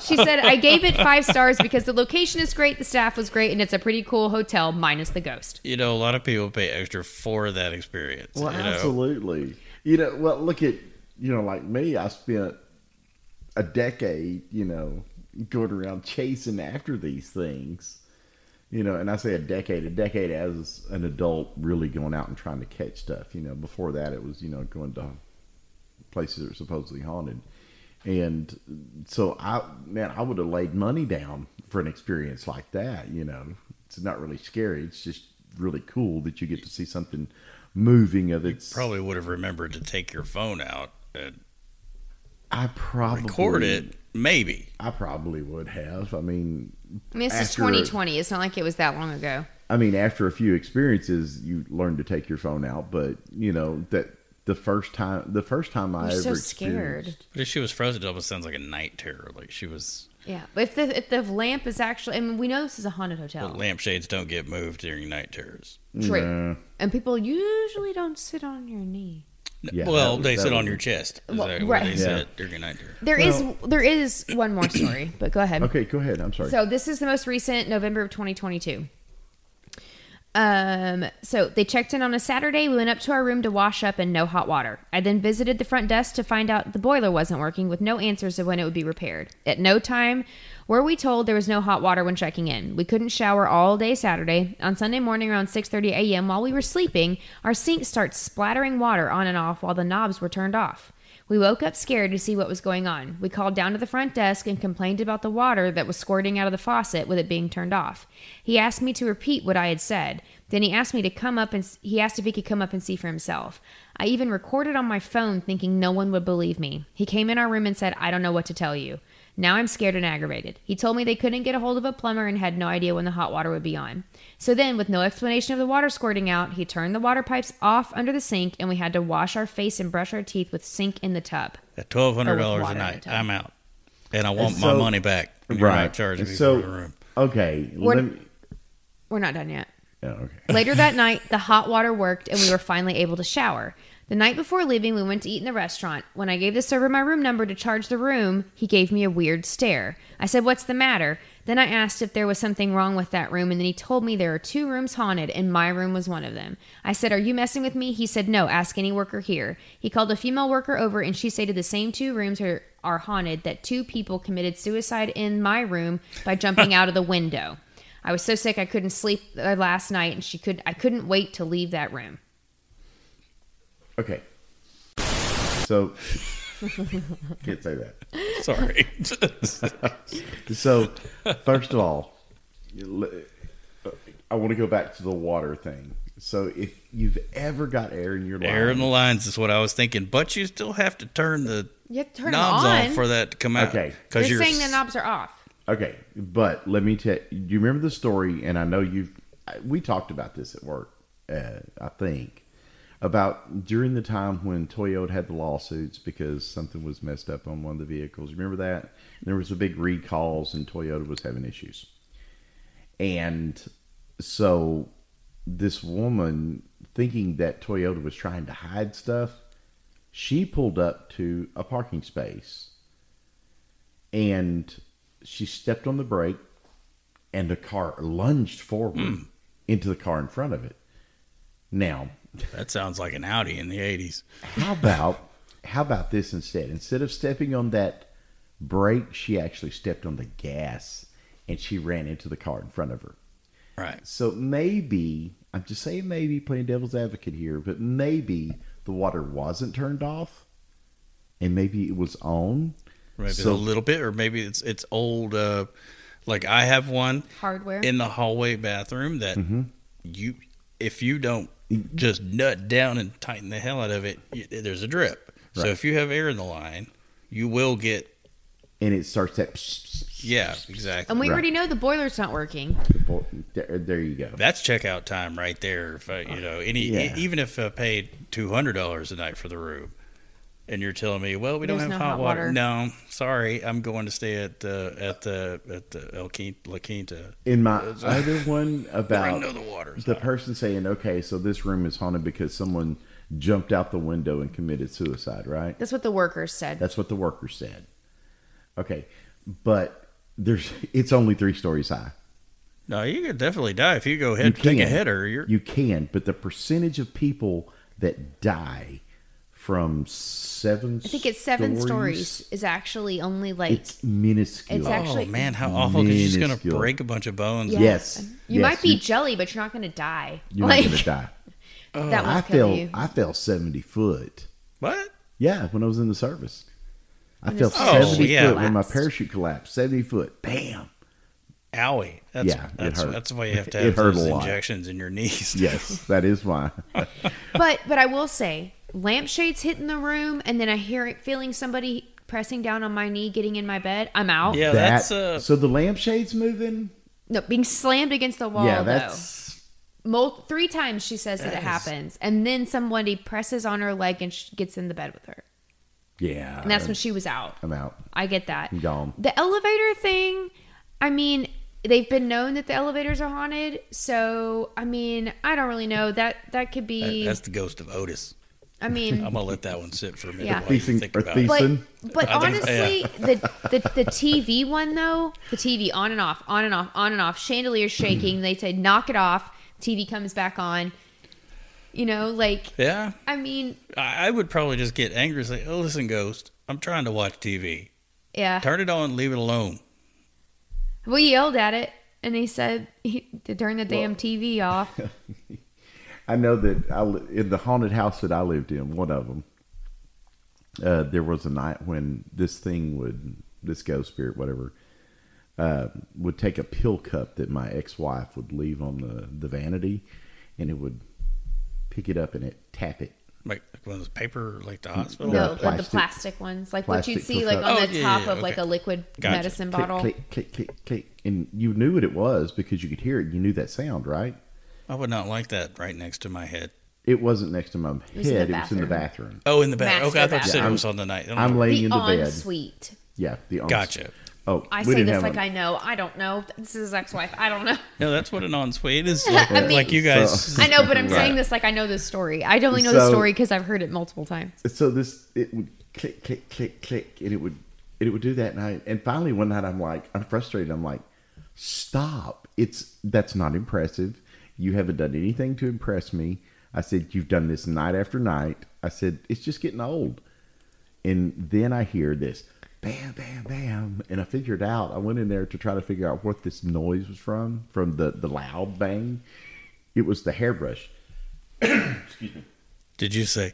B: She said, I gave it five stars because the location is great, the staff was great, and it's a pretty cool hotel minus the ghost.
C: You know, a lot of people pay extra for that experience.
A: Well,
C: you know?
A: absolutely. You know, well, look at you know, like me, I spent a decade, you know, going around chasing after these things. You know, and I say a decade, a decade as an adult, really going out and trying to catch stuff. You know, before that, it was you know going to places that are supposedly haunted, and so I man, I would have laid money down for an experience like that. You know, it's not really scary; it's just really cool that you get to see something moving of its
C: Probably would have remembered to take your phone out and
A: I probably
C: record it. Maybe.
A: I probably would have. I mean,
B: I mean, this is
A: After-
B: 2020. It's not like it was that long ago.
A: I mean, after a few experiences, you learn to take your phone out. But you know that the first time, the first time I
B: You're so
A: ever
B: scared.
A: experienced-
C: But if she was frozen, it almost sounds like a night terror. Like she was.
B: Yeah. If the if the lamp is actually, I mean, we know this is a haunted
A: Oh.
B: hotel.
C: Lampshades don't get moved during night terrors.
B: True.
A: Nah.
B: And people usually don't sit on your knee.
C: N-
A: Yeah,
C: well,
A: that-
C: they
A: that
C: sit
A: was-
C: on your chest. Is
B: Well,
C: that where they
B: right.
A: Yeah.
C: sit during night terror?
B: There is
A: Well-
B: there is one more story, but go ahead.
A: Okay, go ahead. I'm sorry.
B: So this is the most recent November of 2022. Um, so they checked in on a Saturday. We went up to our room to wash up and no hot water. I then visited the front desk to find out the boiler wasn't working with no answers of when it would be repaired. At no time were we told there was no hot water when checking in. We couldn't shower all day Saturday. On Sunday morning around 6:30 a.m. while we were sleeping, our sink starts splattering water on and off while the knobs were turned off. We woke up scared to see what was going on. We called down to the front desk and complained about the water that was squirting out of the faucet with it being turned off. He asked me to repeat what I had said. Then he asked me to come up and s- he asked if he could come up and see for himself. I even recorded on my phone thinking no one would believe me. He came in our room and said, "I don't know what to tell you." Now I'm scared and aggravated. He told me they couldn't get a hold of a plumber and had no idea when the hot water would be on. So then, with no explanation of the water squirting out, he turned the water pipes off under the sink and we had to wash our face and brush our teeth with sink in the tub.
C: At twelve hundred
B: Or with
C: dollars
B: water in
C: a
B: the
C: night,
B: tub.
C: I'm out, and I want my
A: so-
C: money back. You're
A: right.
C: not charging me
A: so
C: for the room. (laughs)
A: okay,
B: What-
A: let me-
B: We're not done yet.
A: yeah, okay.
B: Later that night, the hot water worked and we were finally able to shower. The night before leaving, we went to eat in the restaurant. When I gave the server my room number to charge the room, he gave me a weird stare. I said, What's the matter? Then I asked if there was something wrong with that room, and then he told me there are two rooms haunted, and my room was one of them. I said, Are you messing with me? He said, No, ask any worker here. He called a female worker over, and she stated the same two rooms are, are haunted that two people committed suicide in my room by jumping out of the window. I was so sick I couldn't sleep uh, last night, and she could. I couldn't wait to leave that room.
A: Okay. So (laughs) can't say that.
C: Sorry.
A: (laughs)
C: (laughs)
A: So first of all, l- I want to go back to the water thing. So if you've ever got air in your
C: Air
A: line,
C: in the lines is what I was thinking, but you still have to turn the
B: You have to turn
C: knobs
B: them
C: off
B: on.
C: for that to come out.
A: Okay.
C: because
B: You're
C: you're
B: saying the knobs are off.
A: okay. But let me tell you. You remember the story, and I know you've. I- We talked about this at work, uh, I think, about during the time when Toyota had the lawsuits because something was messed up on one of the vehicles. Remember that there was a big recalls, and Toyota was having issues. And so this woman, thinking that Toyota was trying to hide stuff, she pulled up to a parking space and she stepped on the brake and the car lunged forward into the car in front of it. Now,
C: that sounds like an Audi in the '80s.
A: how about how about this instead? Instead of stepping on that brake, she actually stepped on the gas and she ran into the car in front of her.
C: Right.
A: So maybe I'm just saying maybe playing devil's advocate here, but maybe the water wasn't turned off, and maybe it was on.
C: Maybe
A: So-
C: a little bit, or maybe it's it's old. Uh, like I have one
B: Hardware.
C: in the hallway bathroom that
A: Mm-hmm.
C: you, if you don't just nut down and tighten the hell out of it, y there's a drip. So
A: Right.
C: if you have air in the line, you will get.
A: And it starts that. psh, psh, psh,
C: Yeah, exactly.
B: and we
A: Right.
B: already know the boiler's not working.
A: the bo- There, there you go.
C: That's checkout time right there. If I, you know, any e,
A: Yeah.
C: even if I paid two hundred dollars a night for the room, and you're telling me, well, we don't
B: There's
C: have
B: no
C: hot,
B: hot
C: water.
B: water.
C: No, sorry, I'm going to stay at the at the at the El Quinta, La Quinta.
A: In my other
C: (laughs)
A: one about
C: know the water's
A: the
C: hot.
A: person saying, "Okay, so this room is haunted because someone jumped out the window and committed suicide," right?
B: That's what the workers said.
A: That's what the worker said. Okay, but there's it's only three stories high.
C: No, you could definitely die if you go ahead and take a header. You're
A: You can, but the percentage of people that die from seven
B: I think it's seven stories is actually only like
A: It's minuscule.
B: It's
C: oh
B: actually-
C: man, how awful! Because you're just gonna
A: minuscule.
C: break a bunch of bones.
B: Yeah.
A: yes,
B: you
A: yes,
B: might be
A: you-
B: jelly, but you're not going to die.
A: You're
B: like
A: not gonna die.
B: that
A: I
B: will kill
A: fell.
B: you.
A: I fell seventy foot.
C: What?
A: Yeah, when I was in the service, I
B: When
A: fell
B: the parachute
A: seventy
C: oh,
A: foot when my
B: collapsed.
A: parachute collapsed. Seventy foot. Bam.
C: Owie! That's,
A: Yeah, it
C: that's
A: hurt.
C: that's why you have to
A: It
C: have
A: hurt a
C: those
A: lot.
C: injections in your knees.
A: Yes, that is why.
B: But but I will say, lampshades hitting the room, and then I hear it, feeling somebody pressing down on my knee, getting in my bed. I'm out.
C: (laughs) yeah,
A: that,
C: that's uh,
A: so the lampshades moving.
B: No, being slammed against the wall.
A: yeah,
B: though.
A: that's
B: mul- three times she says that it
C: Yes.
B: happens, and then somebody presses on her leg and she gets in the bed with her,
A: Yeah.
B: and that's when she was out.
A: I'm out.
B: I get that.
A: I'm gone.
B: The elevator thing, I mean, they've been known that the elevators are haunted, so I mean, I don't really know that that could
C: That-
B: be.
C: that's the ghost of Otis.
B: I
C: (laughs)
B: mean,
C: I'm gonna let that one sit for a minute
B: Yeah.
C: while you
A: These things
C: think
A: are
C: about
A: these-
C: it.
B: but
A: Gleason.
B: (laughs) but
C: I think so,
B: honestly, the, the the TV one though, the TV on and off, on and off, on and
A: (clears throat)
B: off, chandelier shaking. they say knock it off. TV comes back on. You know, like
C: Yeah,
B: I mean,
C: I, I would probably just get angry and say, "Oh, listen, ghost, I'm trying to watch TV.
B: yeah.
C: Turn it on, leave it alone."
B: We yelled at it, and he said he, to turn the damn TV
A: (laughs)
B: off.
A: I know that I, li- in the haunted house that I lived in, one of them, uh, there was a night when this thing would, this ghost spirit, whatever, uh, would take a pill cup that my ex-wife would leave on the, the vanity, and it would pick it up and it tap it.
C: Like like one of those paper, like the hospital.
A: No,
B: the,
A: plastic.
B: the plastic ones, like what you'd
A: Plastic
B: see, like
A: filter.
B: on
C: Oh,
B: the
C: yeah,
B: top
C: yeah,
B: of like
C: okay.
B: a liquid
C: Gotcha.
B: medicine
A: Click,
B: bottle.
A: click, click, click, click, and you knew what it was because you could hear it. You knew that sound, right?
C: I would not like that right next to my head.
A: It wasn't next to my head.
B: was in the
A: it was in the
B: bathroom.
A: bathroom.
C: Oh, in the back.
B: Master
C: Okay, I thought
B: bathroom.
C: you said
A: Yeah,
C: it was on the night.
A: I'm laying
B: The
A: in the bed.
B: ensuite.
A: Yeah, the en-
C: Gotcha.
A: Oh,
B: I
A: we
B: say
A: didn't
B: this
A: have
B: like
A: a-
B: I know. I don't know. This is his ex-wife.
A: (laughs)
B: I don't know.
C: No, that's what an ensuite is.
B: (laughs)
C: Like,
B: I mean-
C: like you guys.
B: I know, but I'm
C: Right.
B: saying this like I know this story. I only know the
A: So-
B: story because I've heard it multiple times.
A: so this it would click click click click and it would and it would do that and I and finally one night I'm like I'm frustrated I'm like stop it's that's not impressive you haven't done anything to impress me I said you've done this night after night I said it's just getting old and then I hear this bam bam bam and I figured out I went in there to try to figure out what this noise was from from the the loud bang it was the hairbrush
C: Did you say,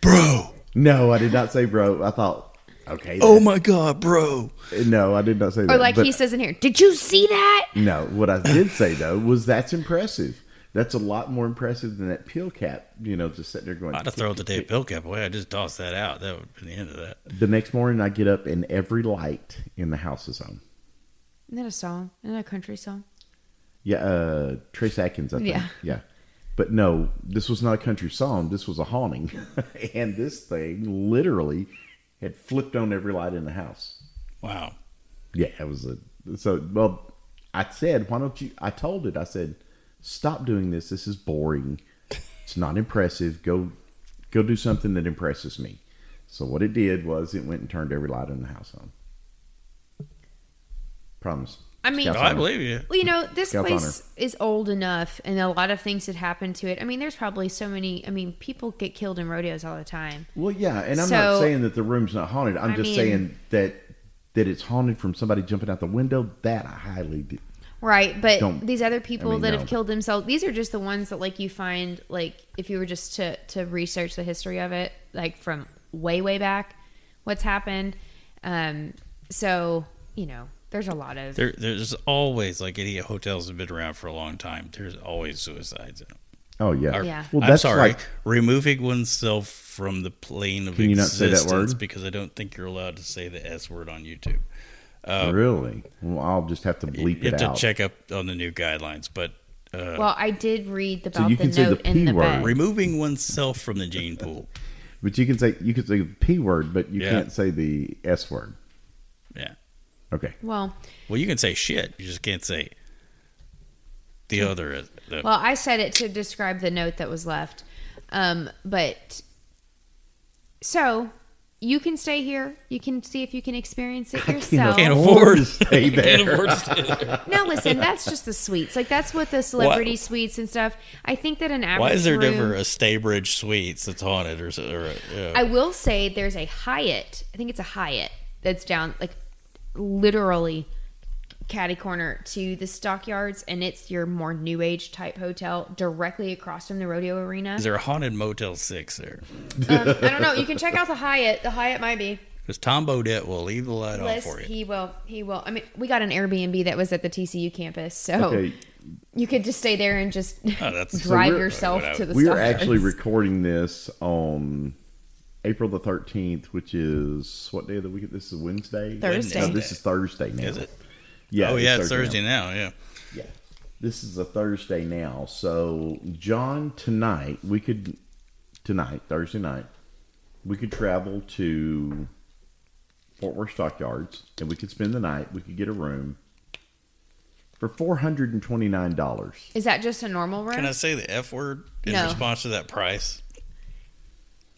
C: bro?
A: no I did not say bro I thought okay
C: Oh my god, bro!
A: No, I did not say that.
B: Or like
A: but
B: he says in here, did you see that?
A: no, what I did say though was that's impressive. That's a lot more impressive than that pill cap. You know, just sitting there going.
C: I'd have thrown the damn pill cap away. I just tossed that out. That would have been the end of that.
A: The next morning, I get up and every light in the house is on.
B: Isn't that a song? Isn't that a country song?
A: Yeah, uh, Trace Atkins. I think.
B: Yeah.
A: Yeah, yeah. But no, this was not a country song. This was a haunting, (laughs) and this thing literally had flipped on every light in the house.
C: Wow.
A: Yeah, it was a so. Well, I said, why don't you? I told it. I said, stop doing this. This is boring. It's not impressive. Go, go do something that impresses me. So what it did was it went and turned every light in the house on. Promise.
B: I mean,
A: Scout's
C: No,
A: Honor.
C: I believe you.
B: Well, you know, this
A: Scout's
B: place is old enough, and a lot of things had happened to it. I mean, there's probably so many. I mean, people get killed in rodeos all the time.
A: Well, yeah, and I'm
B: So-
A: not saying that the room's not haunted. I'm
B: I
A: just
B: mean-
A: saying that that it's haunted from somebody jumping out the window. That I highly did.
B: Right, but
A: Don't-
B: these other people
A: mean,
B: that
A: no.
B: have killed themselves, these are just the ones that like you find like if you were just to to research the history of it, like from way way back, what's happened. Um, so you know, there's a lot of
C: There, there's always like any hotels have been around for a long time. There's always suicides. in 'em.
A: Oh yeah.
C: Or-
B: Yeah.
A: Well,
C: I'm
A: that's
C: sorry.
A: like
C: removing oneself from the plane of
A: Can you not
C: existence
A: say that word?
C: because I don't think you're allowed to say the S word on YouTube.
A: really. Well, I'll just have to bleep
C: uh, you
A: it
C: have to
A: out.
C: check up on the new guidelines, but uh,
B: well, I did read
A: So
B: about
A: you
B: the
A: can say the
B: note
A: P
B: in the
A: word.
B: bed.
C: removing oneself from the gene pool.
A: But you can say you can say the p word, but you
C: Yeah.
A: can't say the s word.
C: Yeah. (laughs)
A: Okay.
B: Well,
C: Well, you can say shit. You just can't say the
B: Hmm.
C: other. uh, The,
B: well, I said it to describe the note that was left, um, but so you can stay here. You can see if you can experience it yourself.
C: Can't afford.
A: to stay
C: Can't
A: there.
C: afford to (laughs) say that.
B: Now listen, that's just the suites. Like that's what the celebrity suites and stuff. I think that an average
C: Why is there
B: room,
C: never a Staybridge Suites that's haunted or, so- or uh,
B: I will say there's a Hyatt. I think it's a Hyatt that's down like literally catty corner to the stockyards, and it's your more new age type hotel directly across from the rodeo arena.
C: is there a haunted Motel Six there?
B: um, I don't know. You can check out the Hyatt. The Hyatt might be.
C: Because Tom Bodette will leave the light on
B: List,
C: for you.
B: he will. He will. I mean, we got an Airbnb that was at the TCU campus, so
A: Okay.
B: you could just stay there and just
C: Oh,
B: (laughs)
C: that's- So
B: drive
A: we're-
B: yourself to the.
A: We're
B: stockyards.
A: actually recording this on April the thirteenth, which is what day of the week? This is Wednesday.
B: Thursday.
A: No, this is Thursday now.
C: Is it?
A: Yeah.
C: oh yeah,
A: it's
C: it's Thursday now. Yeah.
A: Yeah. This is a Thursday now, so John, tonight we could tonight Thursday night we could travel to Fort Worth Stockyards and we could spend the night. We could get a room for four hundred and twenty nine dollars.
B: Is that just a normal
C: Can I
B: room?
C: say the F word in
B: No.
C: response to that price?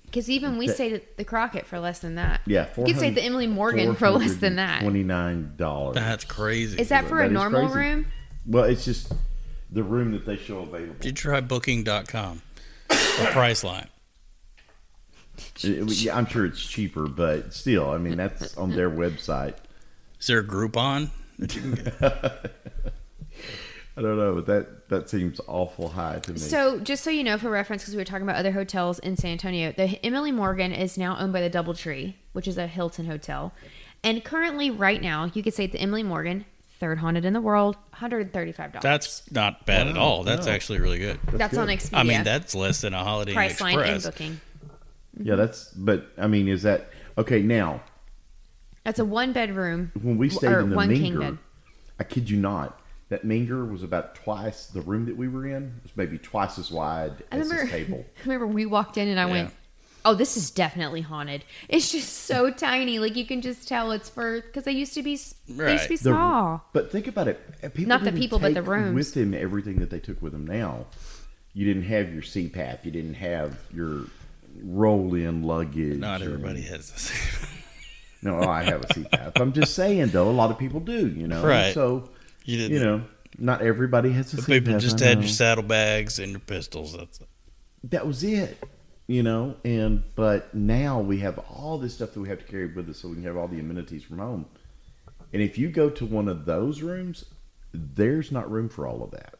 B: Because even we
A: Okay.
B: stayed at the Crockett for less than that.
A: Yeah,
B: You could stay at the Emily Morgan for less than that.
A: Twenty nine dollars.
C: That's crazy.
B: Is that for
A: That
B: a
A: is
B: normal
A: crazy.
B: room?
A: Well, it's just the room that they show available.
C: Did you try booking.com or Priceline?
A: It- it- yeah, I'm sure it's cheaper, but still, I mean, that's on their website.
C: Is there a Groupon? That you can get?
A: I don't know, but that that seems awful high to me.
B: So, just so you know, for reference, because we were talking about other hotels in San Antonio, the Emily Morgan is now owned by the DoubleTree, which is a Hilton hotel, and currently, right now, you could stay at the Emily Morgan, third haunted in the world, one hundred and thirty-five dollars.
C: That's not bad at all. That's
A: no.
C: actually really good.
B: that's on
A: good.
B: Expedia.
C: I mean, that's less than a Holiday Inn
B: Priceline and
C: Express.
B: Booking.
A: yeah, that's. But I mean, is that okay? Now,
B: That's a one-bedroom.
A: when we stayed
B: or
A: in the
B: one king
A: Minger,
B: bed.
A: I kid you not, that Minger was about twice the room that we were in was maybe twice as wide
B: I
A: as
B: remember.
A: this
B: (laughs)
A: table.
B: I remember we walked in and I went,
C: Yeah.
B: "Oh, this is definitely haunted. It's just so tiny. Like you can just tell it's for because they used to be s- they used to
C: Right.
B: be
A: The-
B: small.
A: But think about it. People
B: Not the
A: didn't
B: people, but the
A: take
B: rooms.
A: With them, everything that they took with them now, you didn't have your CPAP, you didn't have your roll-in luggage.
C: Not
A: and-
C: everybody has the same.
A: No, oh, I have a CPAP. I'm just saying, though, a lot of people do. You know,
C: Right.
A: So
C: You
A: you,
C: didn't.
A: know, not everybody has a
C: the
A: CPAP.
C: people just
A: I
C: had
A: know.
C: your saddlebags and your pistols. That's it.
A: that was it. You know, and but now we have all this stuff that we have to carry with us, so we can have all the amenities from home. And if you go to one of those rooms, there's not room for all of that.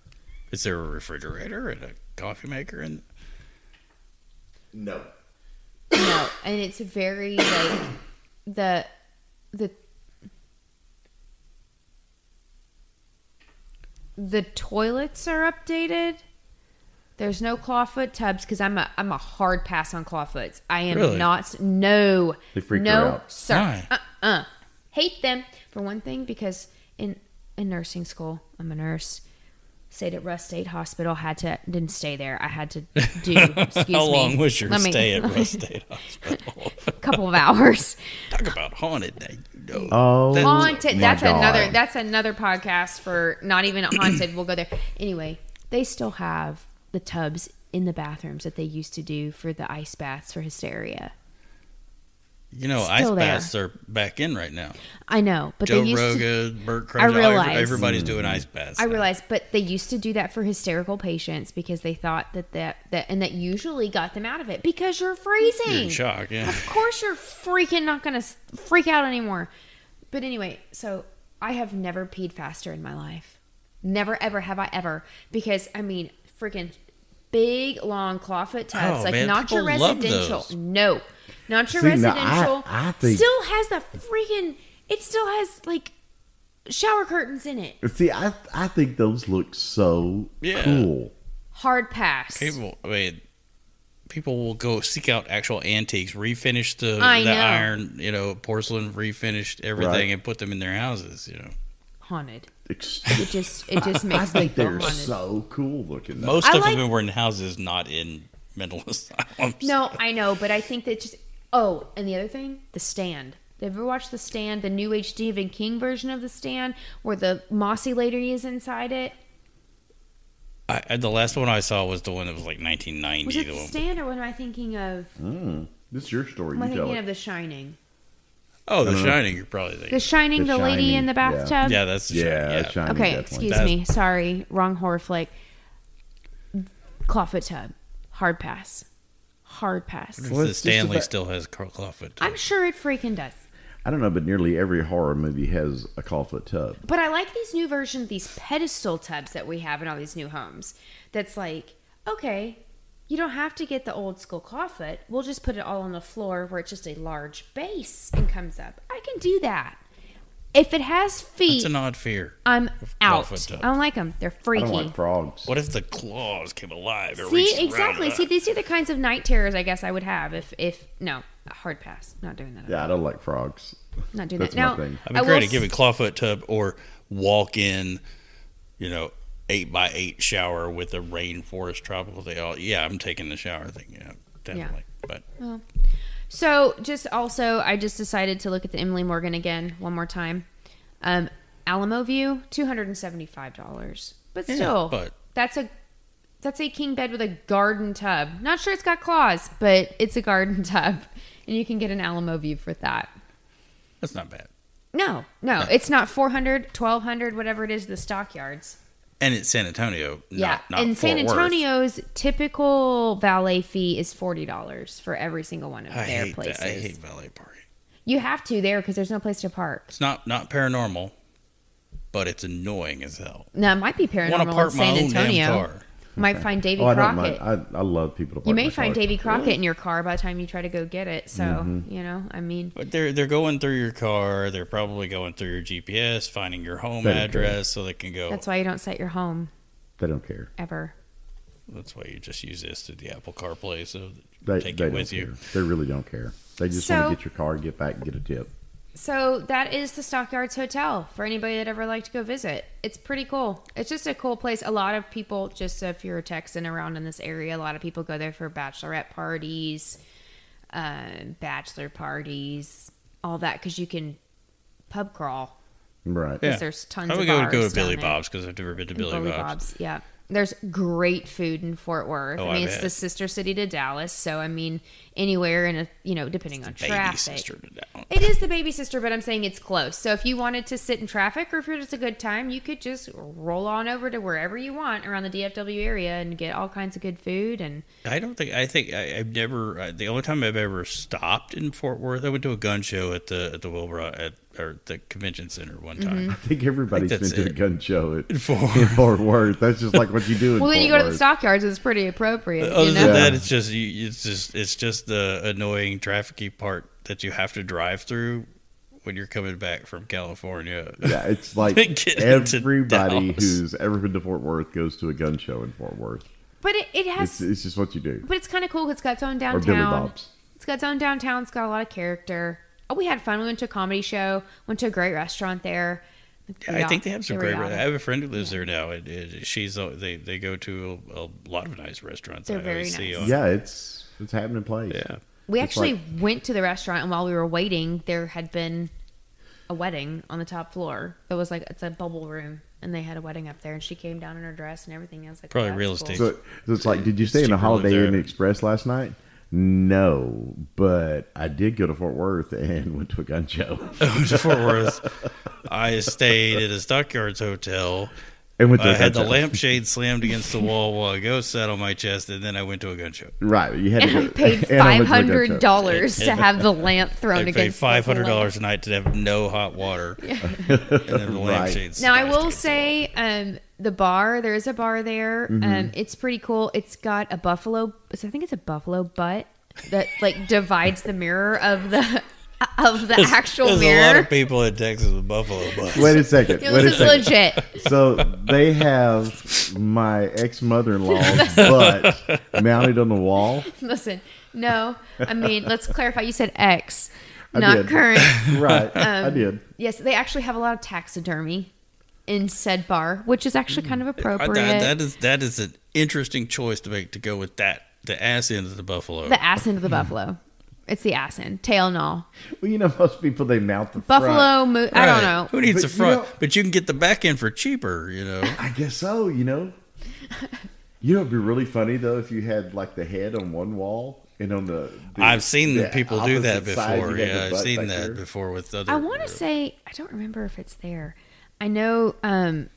C: Is there a refrigerator and a coffee maker? And
A: No,
B: no, and it's very like the the the toilets are updated. There's no clawfoot tubs because I'm a I'm a hard pass on clawfoots. I am
C: Really?
B: not s- no
A: They freak her
B: no
A: out.
B: sir
C: Why?
B: uh uh hate them for one thing because in in nursing school I'm a nurse. Stayed at Russ State Hospital. Had to didn't stay there. I had to
C: (laughs)
B: do. Excuse
C: how
B: me.
C: long was your
B: Let me- (laughs)
C: stay at Russ State Hospital?
B: couple of
C: (laughs)
B: hours.
C: Talk about haunted. Now you know.
A: Oh,
C: That-
B: haunted.
A: my
B: That's
A: God.
B: another. That's another podcast for not
C: (clears throat)
B: even haunted. we'll go there anyway. They still have the tubs in the bathrooms that they used to do for the ice baths for hysteria.
C: you know, ice
B: Still there.
C: baths are back in right now.
B: I know, but
C: Joe
B: they used to.
C: Rogan, Bert Kreischer, all-
B: realize-
C: everybody's doing ice baths.
B: I
C: now.
B: realize, but they used to do that for hysterical patients because they thought that that, that and that usually got them out of it because you're freezing.
C: You're in shock, yeah.
B: Of course, you're freaking not gonna s- freak out anymore. But anyway, so I have never peed faster in my life. Never ever have I ever because I mean, freaking big long clawfoot tubs,
C: Oh,
B: like
C: man,
B: not your
C: people love
B: residential.
C: those.
B: No, not your
A: See, now, I-
B: residential.
A: I think-
B: still has the freaking. It still has like shower curtains in it.
A: See, I I think those look so
C: Yeah.
A: cool.
B: Hard pass.
C: People, I mean, people will go seek out actual antiques, refinish the,
B: I
C: the
B: know.
C: iron, you know, porcelain, refinished everything,
A: Right.
C: and put them in their houses. You know,
B: Haunted.
A: Ex-
B: It just it just
C: (laughs)
A: I
B: makes me
A: think
B: feel
A: they're
B: haunted.
A: so cool looking. though.
C: most
B: I
C: of
B: like-
C: them were in houses, not in mental (laughs) asylums.
B: No, I know, but I think that just oh, and the other thing, the stand. Have you ever watched The Stand, the new H. Stephen King version of The Stand, where the mossy lady is inside it?
C: I, I- the last one I saw was the one that was like 1990.
B: Was it
C: the
B: The
C: one.
B: Stand, or what am I thinking of?
A: Mm. This is your story.
B: Am I
A: You tell
B: thinking
A: it.
B: of The Shining?
C: Oh, The
A: Uh-huh.
C: Shining. You're probably
B: The
C: thinking.
B: Shining,
A: The
B: the, lady
A: Shining,
B: in the
A: yeah.
B: bathtub.
C: yeah, that's the Shining.
A: yeah,
C: Yeah.
A: shiny
B: Okay,
A: definitely.
B: excuse
C: That's-
B: me. Sorry, wrong horror flick. Clawfoot tub, hard pass, hard pass.
C: If
A: Well,
C: the
A: it's just
C: Stanley
A: about-
C: still has Carl Clawfoot.
B: I'm sure it freaking does.
A: I don't know, but nearly every horror movie has a clawfoot tub.
B: But I like these new versions, these pedestal tubs that we have in all these new homes. That's like, okay, you don't have to get the old school clawfoot. We'll just put it all on the floor where it's just a large base and comes up. I can do that. If it has
C: It's
B: feet,
C: an odd fear.
B: I'm out.
C: clawfoot tubs.
B: I don't like them. They're
A: I don't
B: freaky.
A: like frogs.
C: What if the claws came alive? and reached
B: See,
C: around
B: exactly.
C: us?
B: See, these are the kinds of night terrors I guess I would have if, if no, hard pass. Not doing that.
A: Yeah, I don't like frogs.
B: Not doing
A: That's
B: that. Now,
A: my thing.
C: I mean,
B: will
C: great,
B: s-
C: give it clawfoot tub or walk in, you know, eight by eight shower with a rainforest tropical thing. Oh, yeah, I'm taking the shower thing. Yeah, definitely. But
B: So, just also, I just decided to look at the Emily Morgan again one more time. Um, Alamo View, two hundred and seventy-five dollars, but still,
C: but-
B: that's a that's a king bed with a garden tub. Not sure it's got claws, but it's a garden (laughs) tub, and you can get an Alamo View for that.
C: that's not bad.
B: No, no, it's not 400, 1200, whatever it is, the stockyards.
C: And it's San Antonio. Not,
B: Yeah.
C: Not
B: and San
C: Fort Worth.
B: Antonio's typical valet fee is $40 for every single one of
C: I
B: their
C: hate
B: places.
C: that. I hate valet parking.
B: You have to there because there's no place to park.
C: It's not not paranormal, but it's annoying as hell.
B: Now, it might be
C: I want
B: paranormal
C: to
B: in
C: park my
B: San
C: own damn
B: Antonio.
C: car.
B: Might find Davy
A: Oh, I don't mind.
B: Crockett.
A: I, I love people to park
B: you
A: my
B: may find
A: car. Mm-hmm.
B: Davy Crockett in your car by the time you try to go get it. So, you know, I mean,
C: But they're they're going through your car. They're probably going through your GPS, finding your home
A: Better
C: address, so they can go.
B: that's why you don't set your home
A: They don't care.
B: ever.
C: That's why you just use this through the Apple CarPlay, so
A: They,
C: take
A: they
C: it
A: don't
C: with you.
A: care. They really don't care. They just
B: So-
A: want to get your car, get back, and get a tip.
B: So that is the Stockyards Hotel for anybody that ever liked to go visit. It's pretty cool. It's just a cool place. A lot of people, just if you're a Texan around in this area, a lot of people go there for bachelorette parties, um, bachelor parties, all that, because you can pub crawl.
A: Right.
C: Yeah.
B: There's tons
C: I would
B: of
C: go
B: bars
C: go
B: down
C: to Billy
B: there.
C: Bob's because I've never been to Billy,
B: Billy
C: Bob's.
B: Bob's. Yeah. There's great food in Fort Worth.
C: Oh,
B: I mean,
C: I
B: it's
C: bet.
B: the sister city to Dallas. So, I mean, anywhere in a, you know, depending on
C: Baby
B: traffic.
C: sister to down.
B: It is the baby sister, but I'm saying it's close. So if you wanted to sit in traffic or if you're just a good time, you could just roll on over to wherever you want around the DFW area and get all kinds of good food. And
C: I don't think I think I, I've never. I, the only time I've ever stopped in Fort Worth, I went to a gun show at the at the Wilbur at or at the convention center one time.
A: (laughs)
B: Mm-hmm.
A: I think everybody's
C: that's
A: been to the
C: it.
A: gun show at, in
C: Fort
A: Fort Worth. That's just like what you do. In
B: (laughs) well, then
A: Fort
B: you go to the
A: Worth.
B: stockyards. It's pretty appropriate,
C: Other
B: you
C: than
B: know.
C: that, it's just you, it's just it's just the annoying trafficy part that you have to drive through when you're coming back from California.
A: Yeah,
C: (laughs)
A: it's like
C: Get into
A: everybody
C: Dallas.
A: who's ever been to Fort Worth goes to a gun show in Fort Worth.
B: But it, it has,
A: It's, it's just what you do.
B: but it's kind of cool. 'cause It's got its own
A: Or Billy
B: downtown.
A: Bob's.
B: It's got its own downtown. It's got a lot of character. Oh, we had fun. We went to a comedy show. Went to a great restaurant there.
C: I think they have some
B: The
C: great.
B: Riata.
C: I have a friend who lives there now, and, and she's uh, they they go to a, a lot of nice restaurants.
B: They're
C: I always
B: very
C: see
B: nice.
C: on-
A: Yeah, it's it's happening place.
C: yeah.
B: We
A: It's
B: actually
A: like-
B: went to the restaurant, and while we were waiting, there had been a wedding on the top floor. It was like it's a bubble room, and they had a wedding up there. And she came down in her dress and everything. I was like,
C: Probably
B: "That's
C: real
B: cool."
C: estate.
A: So, so it's like, did you stay in
C: cheaper
A: a
C: to live
A: Holiday Inn
C: there.
A: Express last night? No, but I did go to Fort Worth (laughs) and went to a gun show (laughs)
C: (laughs) to Fort Worth. I stayed at a Stockyards hotel.
A: and went to
C: I
A: a
C: had the
A: gun show.
C: lampshade slammed against the wall while a ghost sat on my chest, and then I went to a gun show.
A: Right, you had
B: And
A: to
B: (laughs) I
A: go, (laughs)
B: paid
A: and I went to a
B: five
A: gun show.
B: hundred
C: (laughs)
B: dollars to have the lamp thrown
C: I paid
B: against. the
C: five hundred
B: wall.
C: dollars a night to have no hot water, and then the lampshade.
B: Now I
C: smashed
B: will
C: against-
B: say, um, the bar there is a bar there.
C: Mm-hmm.
B: Um, it's pretty cool. It's got a buffalo. I think it's a buffalo butt that like (laughs) divides the mirror of the (laughs) of the actual
C: There's
B: mirror.
C: a lot of people in Texas with buffalo
A: (laughs)
C: butts.
A: Wait a
B: (laughs)
A: second.
B: Yeah,
A: wait a
B: this is
A: second.
B: legit. (laughs)
A: So they have my ex mother in
B: (laughs)
A: law's butt mounted on the wall.
B: Listen, no, I mean, let's clarify. You said ex,
A: I
B: not
A: did.
C: (laughs)
B: current.
A: Right,
B: Um,
A: I did.
B: Yes, they actually have a lot of taxidermy in said bar, which is actually kind of
C: I-
B: appropriate.
C: that- that is that is an interesting choice to make to go with that the ass end of the buffalo.
B: the ass end of the
C: Hmm.
B: buffalo. It's the ass end, tail and all.
A: Well, you know, most people they mount the front.
B: Buffalo, mo- I don't
C: Right.
B: know.
C: who
A: But
C: needs the
A: you
C: front,
A: know-
C: but you can get the back end for cheaper. You know,
A: I guess so. You
C: (laughs)
A: know, you know, it'd be really funny though if you had like the head on one wall and on the. the
C: I've seen
A: the
C: people do that
A: opposite side,
C: before.
A: you got the
C: Yeah, I've
A: butt
C: seen
A: back
C: that
A: there.
C: before with other.
B: I want to say I don't remember if it's there. I know um,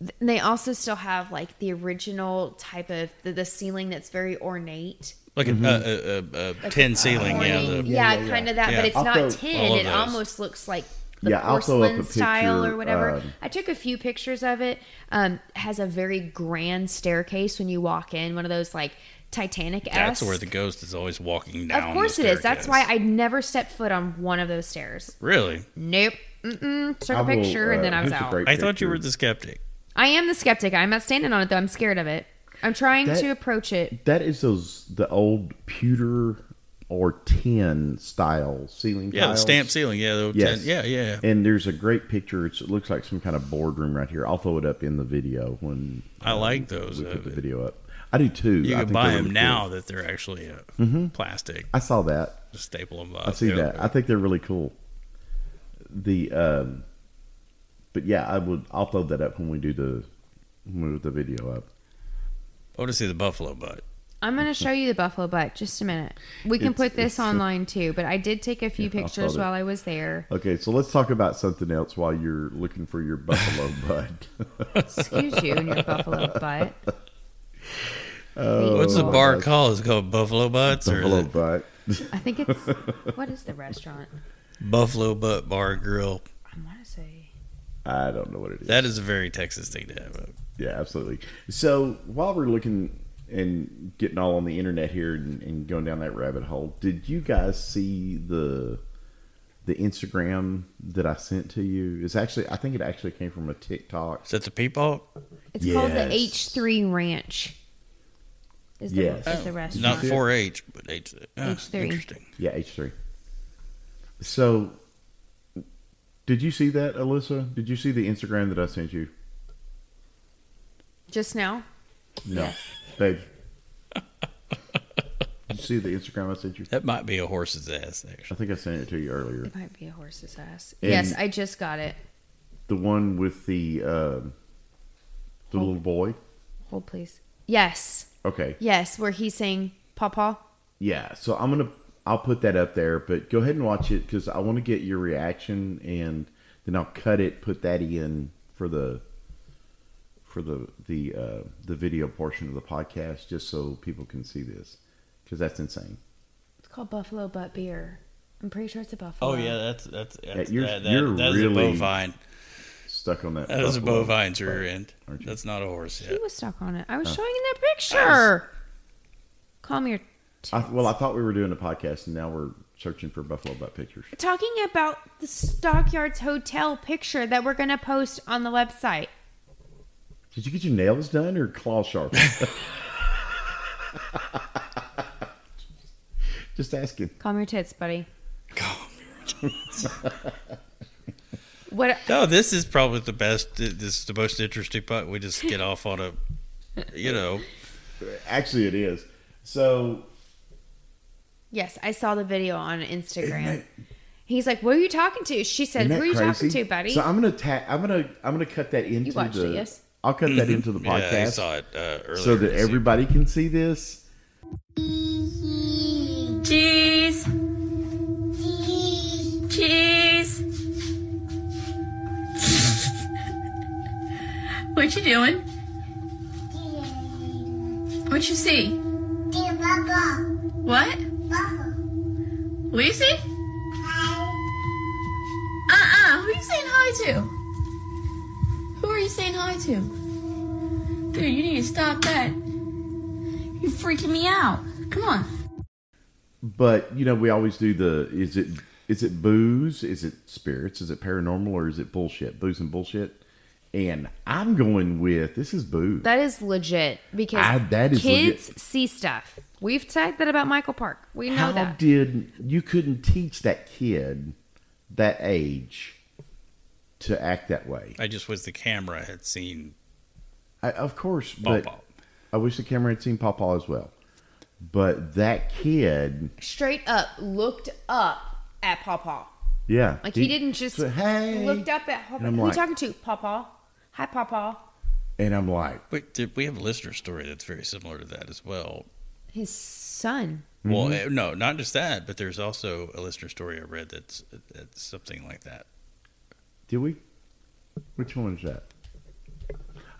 B: th- they also still have like the original type of the, the ceiling that's very ornate.
C: like
A: Mm-hmm.
C: a- uh, a, a, a, a tin ceiling. yeah,
B: Ornate.
C: the,
B: yeah,
A: yeah, yeah.
B: kind of that,
C: Yeah.
B: but it's
A: I'll throw
B: not tin.
C: all of
B: It
C: those.
B: almost looks like the
A: Yeah, I'll throw up a
B: porcelain style
A: picture,
B: or whatever.
A: um,
B: I took a few pictures of it. Um, it has a very grand staircase when you walk in, one of those like Titanic.
C: that's where the ghost is always walking down.
B: Of
C: the
B: course it is. That's why
C: staircase.
B: I never stepped foot on one of those stairs.
C: Really,
B: Nope. Mm-mm. Took
A: I
B: a
A: will,
B: picture
A: uh,
B: and then I was
A: here's a
B: out.
A: great
C: I thought you
A: picture.
C: were the skeptic.
B: I am the skeptic. I'm not standing on it though. I'm scared of it. I'm trying
A: That-
B: to approach it.
A: That is those the old pewter or tin style ceiling
C: Yeah, the
A: tiles.
C: stamp ceiling. Yeah, the
A: Yes.
C: ten- yeah, yeah.
A: And there's a great picture. It's, it looks like some kind of boardroom right here. I'll throw it up in the video when
C: I
A: um,
C: like those.
A: we
C: Uh,
A: put the video up. I do too.
C: you
A: I
C: can
A: think
C: buy
A: they're
C: them
A: really
C: now
A: cool.
C: that they're actually uh, plastic.
A: I saw that.
C: Just staple them up.
A: Mm-hmm. I see
C: They're-
A: that. I think they're really cool. The um, but yeah, I would. I'll throw that up when we do the when we put the video up.
C: I want to see the buffalo butt.
B: I'm going to show you the buffalo butt. Just a minute. We can
A: It's-
B: put this
A: it's-
B: online too, but I did take a few
A: Yeah, I
B: pictures
A: saw that.
B: while I was there.
A: Okay, so let's talk about something else while you're looking for your buffalo bud.
B: Excuse you and your buffalo
A: (laughs)
B: butt.
C: What's the
B: Oh,
C: bar
A: that's-
C: called? Is it called Buffalo Butts or
A: buffalo
C: buffalo,
A: butt.
B: I think it's what is the restaurant?
C: buffalo Butt Bar and Grill?
B: I want to say
A: I don't know what it is.
C: That is a very Texas thing to have. up.
A: Yeah, absolutely. So while we're looking and getting all on the internet here and, and going down that rabbit hole, did you guys see the the Instagram that I sent to you? It's actually I think it actually came from a TikTok.
C: Is that the peepaw?
B: it's called the
A: Yes.
B: H three Ranch. Is the,
A: Yes.
B: is the
C: Not
B: restaurant?
C: 4-H, but H. ah,
B: H3.
C: Interesting.
A: Yeah, H three. So did you see that, Alyssa? Did you see the Instagram that I sent you?
B: Just now?
A: No. Babe. Did you see the Instagram I sent you?
C: That might be a horse's ass,
A: I
C: actually.
A: think I sent it to you earlier.
B: It might be a horse's ass.
A: And-
B: yes, I just got it.
A: The one with the um, the little boy.
B: Hold please. Yes.
A: Okay.
B: Yes, where he's saying Papa.
A: Yeah. So I'm gonna I'll put that up there, but go ahead and watch it because I want to get your reaction, and then I'll cut it, put that in for the for the the uh, the video portion of the podcast, just so people can see this because that's insane.
B: It's called Buffalo Butt Beer. I'm pretty sure it's a buffalo.
C: Oh yeah, that's that's, that's
A: you're-
C: that, that,
A: you're
C: that's
A: really-
C: a bovine.
A: Stuck on that.
C: That is a
A: buffalo.
C: bovine to your end.
A: aren't you?
C: That's not a horse
B: He
C: (laughs) yet.
B: was stuck on it. I
A: Oh.
B: was showing you that picture. Calm your. T-
A: I, well, I thought we were doing a podcast, and now we're searching for buffalo butt pictures.
B: Talking about the Stockyards Hotel picture that we're gonna post on the website.
A: Did you get your nails done or claw
C: (laughs)
A: sharp? (laughs) Just asking.
B: Calm your tits, buddy. What?
C: No, this is probably the best. This is the most interesting part. We just get off on a, you know,
A: Actually, it is. So
B: Yes, I saw the video on Instagram.
A: that-
B: He's like, "What are you talking to?" She said,
A: Isn't
B: "Who
A: that
B: are you talking
A: crazy?
B: to, buddy?"
A: So I'm gonna ta- I'm gonna I'm gonna cut that into
B: watched
A: the.
B: it, yes?
A: I'll cut that into the podcast
C: (laughs) Yeah, I saw it uh, earlier.
A: so that
C: this evening.
A: everybody can see this.
D: Cheese. Cheese. (laughs) What you doing? What you see? What? Who you see? Uh-uh. Who you saying hi to? Who are you saying hi to? Dude, you need to stop that. You're freaking me out. Come on.
A: But you know, we always do the is it is it booze? Is it spirits? Is it paranormal or is it bullshit? Booze and bullshit. And I'm going with this is booze.
B: That is legit because
A: I- Ah, that is
B: kids
A: legit.
B: see stuff. We've said that about Michael Park. We know
A: How
B: that.
A: did you couldn't teach that kid that age to act that way?
C: I just wish the camera had seen
A: I, of course, but
C: Pawpaw.
A: I wish the camera had seen Pawpaw as well. But that kid,
B: Straight up looked up at Pawpaw.
A: yeah,
B: Like he, didn't just
A: so, hey
B: looked up at Pawpaw.
A: And I'm
B: Who
A: like-
B: you talking to? Pawpaw. Hi, Pawpaw.
A: and I'm like,
C: Wait, did we have a listener story that's very similar to that as well?
B: His son.
A: Mm-hmm.
C: Well, eh, no, not just that, but there's also a listener story I read that's, that's something like that.
A: did we? Which one is that?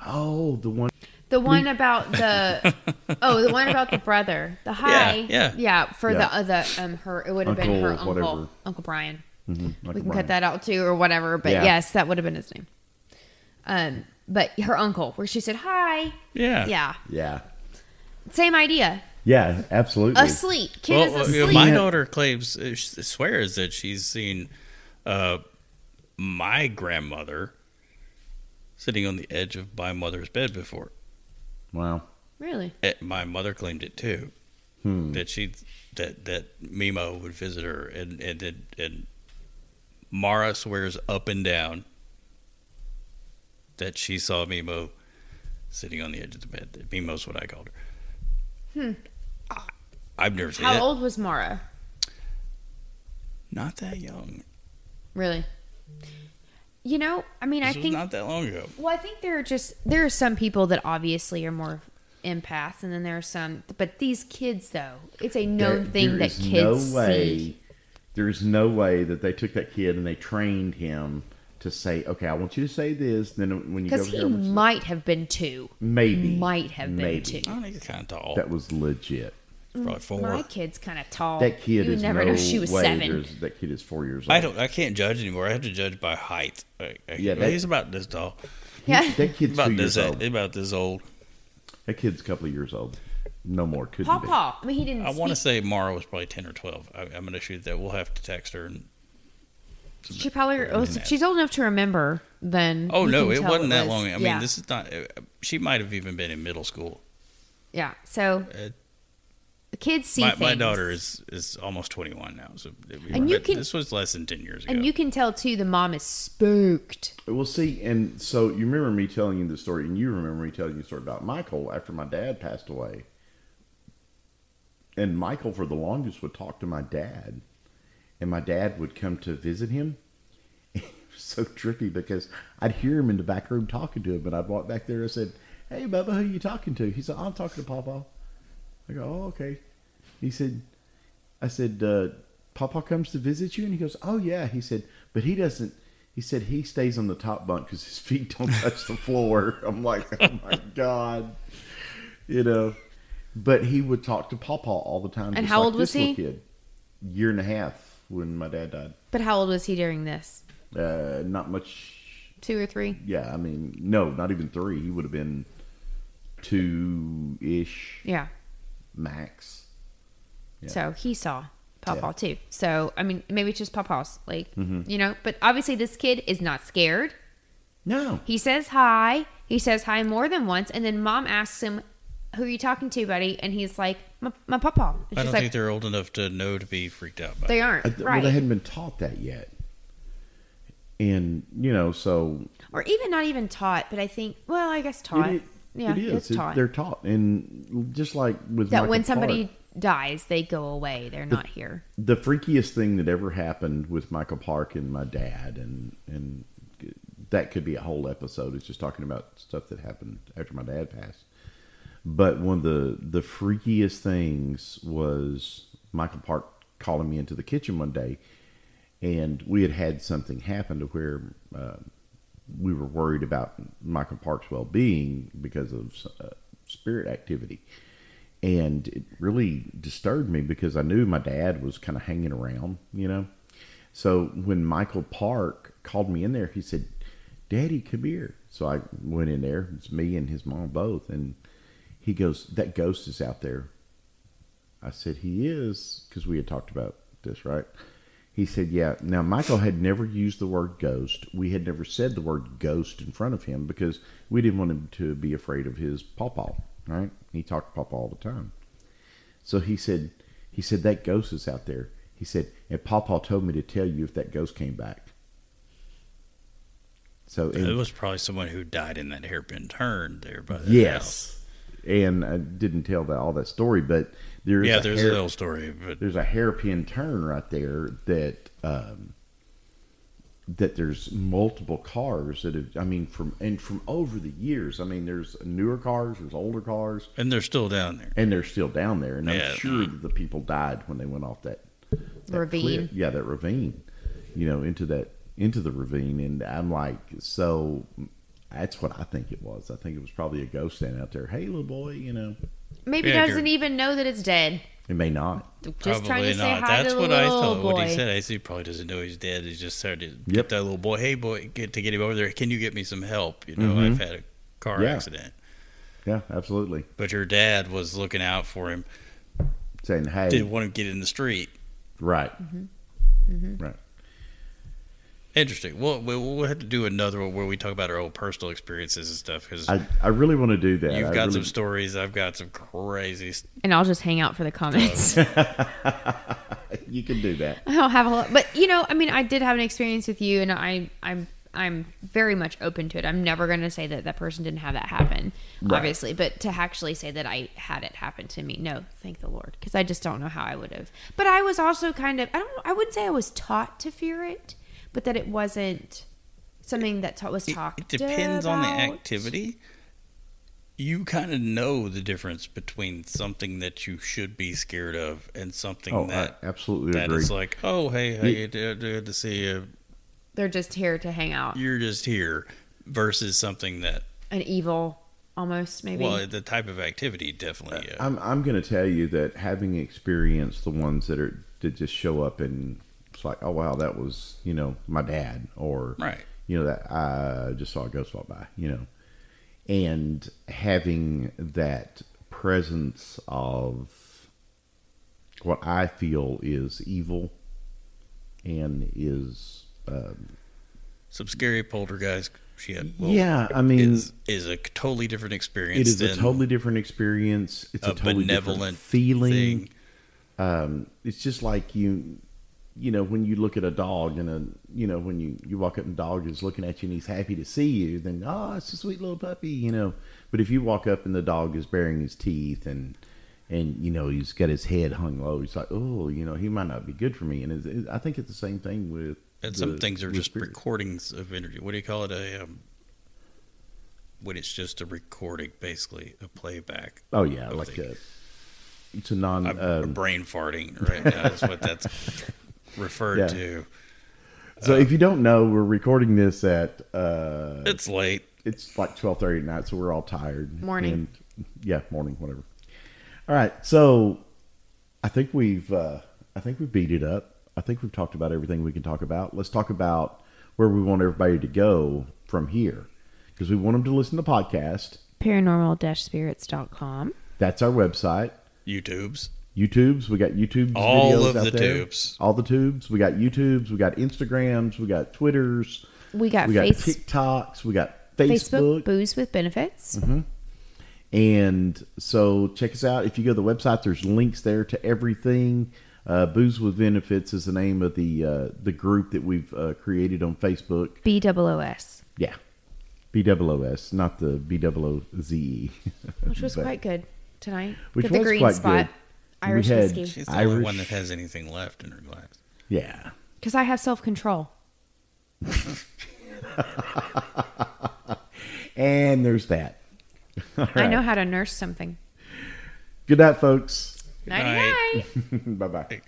A: Oh, the one.
B: The one about the oh, the one about the brother. The hi.
C: yeah.
B: Yeah, for
A: Yeah.
B: the other um her it would have been
A: Uncle,
B: her uncle
A: whatever.
B: Uncle Brian.
A: Mhm,
B: we
A: Michael
B: can
A: Bryan.
B: cut that out too or whatever but
A: Yeah.
B: yes that would have been his name um but her uncle where she said hi
C: Yeah.
B: yeah
A: Yeah,
B: same idea
A: yeah, absolutely.
B: asleep kid
C: Well,
B: is
C: well, you know,
B: asleep
C: my daughter claims, eh, she swears that she's seen uh, my grandmother sitting on the edge of my mother's bed before.
A: wow.
B: really
C: Eh, My mother claimed it too.
A: Hmm.
C: that she that that Mimo would visit her, and and and, and Mara swears up and down that she saw Mimo sitting on the edge of the bed. Mimo's what I called her. I, I've never seen
B: Hmm. How
C: it.
B: old was Mara?
C: Not that young.
B: Really? You know, I mean, I
C: This was
B: think
C: not that long ago.
B: Well, I think there are just there are some people that obviously are more empaths, and then there are some. But these kids, though, it's a known
A: There-
B: thing
A: there is
B: that kids see.
A: There is no way that they took that kid and they trained him to say, "Okay, I want you to say this." Then when you go
B: Because
A: over
B: he
A: here, I want you to-"
B: might have been two.
A: maybe
B: might have been
A: maybe.
B: two.
C: I think it's kind of tall.
A: that was legit.
B: Mm,
C: probably four.
B: My kid's kind of tall.
A: That kid
B: Oh, you
A: is
B: would never
A: no
B: know she was
A: way
B: seven.
A: there's- That kid is four years old.
C: I don't. I can't judge anymore. I have to judge by height. I, I,
A: Yeah,
C: well,
A: that-
C: he's about this tall.
B: Yeah,
A: That kid's two
C: About
A: years
C: this.
A: old.
C: About this old.
A: That kid's a couple of years old. No more. Couldn't
B: Paw
A: be.
B: Paw. I mean, he didn't.
C: I want to
B: speak.
C: say Mara was probably ten or twelve. I, I'm going to shoot that. We'll have to text her. And,
B: She probably. Oh,
C: Internet.
B: if she's old enough to remember. Then.
C: oh
B: you
C: no,
B: can
C: it
B: tell
C: wasn't that
B: was-
C: long. I mean,
B: yeah.
C: this is not. uh, She might have even been in middle school.
B: Yeah. So
C: Uh,
B: the kids see
C: My,
B: things.
C: my daughter is is almost 21 now, so it-
B: And you
C: but
B: can-
C: this was less than 10 years ago.
B: and you can tell too. The mom is spooked.
A: Well, see, and so you remember me telling you the story, and you remember me telling you the story about Michael after my dad passed away. And Michael, for the longest, would talk to my dad, and my dad would come to visit him. It was so trippy because I'd hear him in the back room talking to him, and I'd walk back there and I said, "Hey, Bubba, who you talking to?" He said, "I'm talking to Papa." I go, "Oh, okay." He said, I said, uh, Papa comes to visit you? And he goes, Oh, yeah. He said, But he doesn't. He said, He stays on the top bunk because his (laughs) feet don't touch the floor. I'm like, Oh
B: (laughs)
A: my God. You know, but he would talk to Papa all the time.
B: And
A: just
B: how
A: like
B: old was
A: this little
B: he?
A: Kid. Year and a half when my dad died.
B: But how old was he during this?
A: Uh, not much.
B: Two or three?
A: Yeah, I mean, no, not even three. He would have been two ish
B: Yeah.
A: max. Yeah.
B: So he saw Pawpaw
A: Yeah. Mm-hmm.
B: too. So I mean, maybe it's just Pawpaw's, like you know. But obviously, this kid is not scared.
A: No.
B: He says hi. He says hi more than once, and then mom asks him, "Who are you talking to, buddy?" And he's like, "My, my Pawpaw." And
C: I don't
B: she's like,
C: think they're old enough to know to be freaked out by.
B: "They
C: it.
B: aren't
A: I th-
B: right,"
A: Well, they hadn't been taught that yet. And, you know, so
B: or even not even taught. But I think, well, I guess
A: it
B: taught.
A: i-
B: yeah,
A: it is.
B: it's
A: It-
B: taught.
A: they're taught. And just like with
B: that
A: Michael
B: when somebody
A: Park,
B: dies, they go away. They're not here.
A: the freakiest thing that ever happened with Michael Park and my dad, and, and that could be a whole episode, is just talking about stuff that happened after my dad passed. But one of the, the freakiest things was Michael Park calling me into the kitchen one day, and we had had something happen to where uh, we were worried about Michael Park's well being because of uh, spirit activity. And it really disturbed me because I knew my dad was kind of hanging around, you know. So when Michael Park called me in there, he said, Daddy, come here. So I went in there. It's me and his mom both. And he goes, That ghost is out there. I said, He is, because we had talked about this, right? He said, Yeah. Now, Michael had never used the word ghost. We had never said the word ghost in front of him because we didn't want him to be afraid of his pawpaw, right? He talked to pawpaw all the time. So he said, He said, That ghost is out there. He said, And pawpaw told me to tell you if that ghost came back. So, and
C: It was probably someone who died in that hairpin turn there by that house.
A: Yes. And I didn't tell that, all that story, but there's
C: yeah,
A: a
C: there's
A: hair-
C: a little story, but
A: there's a hairpin turn right there that um, that there's multiple cars that have I mean from and from over the years I mean there's newer cars there's older cars
C: and they're still down there.
A: and they're still down there and I'm
C: Yeah.
A: sure that the people died when they went off that that
B: Ravine.
A: cliff. Yeah, that ravine. You know, into that into the ravine, and I'm like, so that's what I think it was. I think it was probably a ghost standing out there. Hey, little boy, you know,
B: Maybe
C: Yeah,
B: doesn't
C: you're-
B: even know that it's dead.
A: it may not.
B: Just
C: Probably
B: trying to
C: not.
B: say hi
C: That's
B: to the
C: what
B: little
C: I thought.
B: boy.
C: What he said, I said he probably doesn't know he's dead. He's just started to
A: Yep.
C: get that little boy. Hey, boy, get to get him over there. Can you get me some help? You know, I've had a car
A: Mm-hmm. Yeah.
C: accident.
A: Yeah, absolutely.
C: But your dad was looking out for him.
A: Saying hey, Mm-hmm.
C: Didn't want him to get in the street.
A: right, right.
C: Interesting. Well, we- we'll have to do another one where we talk about our own personal experiences and stuff because
A: I, I really want to do that.
C: you've
A: I
C: got
A: really-
C: some stories. I've got some crazy. s-
B: And I'll just hang out for the
A: (laughs)
B: comments. (laughs)
A: You can do
C: (laughs)
A: that.
B: I don't have a lot, but you know, I mean, I did have an experience with you, and I, I'm, I'm very much open to it. I'm never going to say that that person didn't have that happen, obviously, but to actually say that I had it happen to me, no, thank the Lord, because I just don't know how I would have. But I was also kind of, I don't, I wouldn't say I was taught to fear it, but that it wasn't something that ta- was
C: It,
B: talked.
C: it depends on the
B: about.
C: activity. You kind of know the difference between something that you should be scared of and something
A: Oh,
C: that
A: I absolutely
C: that
A: agree.
C: is like, oh hey, hey, good good to see you.
B: They're just here to hang out.
C: You're just here, versus something that
B: An evil, almost maybe.
C: well, the type of activity definitely. Uh,
A: I'm I'm going to tell you that having experienced the ones that are that just show up and it's like, oh wow, that was you know my dad or
C: Right.
A: you know that I just saw a ghost walk by, you know, and having that presence of what I feel is evil and is um,
C: some scary poltergeist shit. Well,
A: yeah, I mean.
C: is is a totally different experience.
A: it is a
C: than
A: totally different experience. It's a,
C: a
A: totally
C: benevolent
A: different feeling. Um,
C: thing.
A: it's just like you you know when you look at a dog and a you know when you you walk up and the dog is looking at you and he's happy to see you then oh it's a sweet little puppy you know but if you walk up and the dog is baring his teeth and and you know he's got his head hung low he's like oh you know he might not be good for me and it's, it, i think it's the same thing with
C: And
A: the-
C: some things are
A: with
C: just
A: spirit.
C: recordings of energy. What do you call it? A um, when it's just a recording, basically a playback.
A: oh yeah
C: of
A: like
C: thing.
A: a, it's a non
C: I'm
A: um,
C: brain
A: (laughs)
C: farting right now. That's what that's referred
A: Yeah.
C: to.
A: so if you don't know we're recording this at uh
C: It's late.
A: it's like twelve thirty at night, so we're all tired.
B: Morning.
A: And- yeah, morning, whatever. All right, so I think we've uh, I think we beat it up. I think we've talked about everything we can talk about. Let's talk about where we want everybody to go from here because we want them to listen to the podcast.
B: Paranormal-spirits.com.
A: That's our website.
C: YouTube's
A: YouTubes, we got YouTube
C: All
A: videos
C: of
A: out
C: the
A: there.
C: tubes.
A: All the tubes. We got YouTubes. We got Instagrams. We got Twitters.
B: We got
A: we got
B: face-
A: TikToks. We got
B: Facebook booze with benefits.
A: Mm-hmm. And so check us out. If you go to the website, there's links there to everything. Uh, Booze with Benefits is the name of the uh, the group that we've uh, created on Facebook.
B: BOOS,
A: Yeah, BOOS, not the BOOZE.
B: which was
A: E. (laughs) But-
B: quite good tonight.
A: Which
B: With the
A: was
B: green
A: quite good.
B: spot,
A: We
B: Irish
A: had-
B: whiskey.
C: she's the only one that
A: Irish.
C: has anything left in her glass.
A: Yeah,
B: Because I have self control.
A: and there's that.
B: I know how to nurse something.
A: Good night, folks. (laughs)
B: Nighty
C: night.
B: night.
A: bye bye.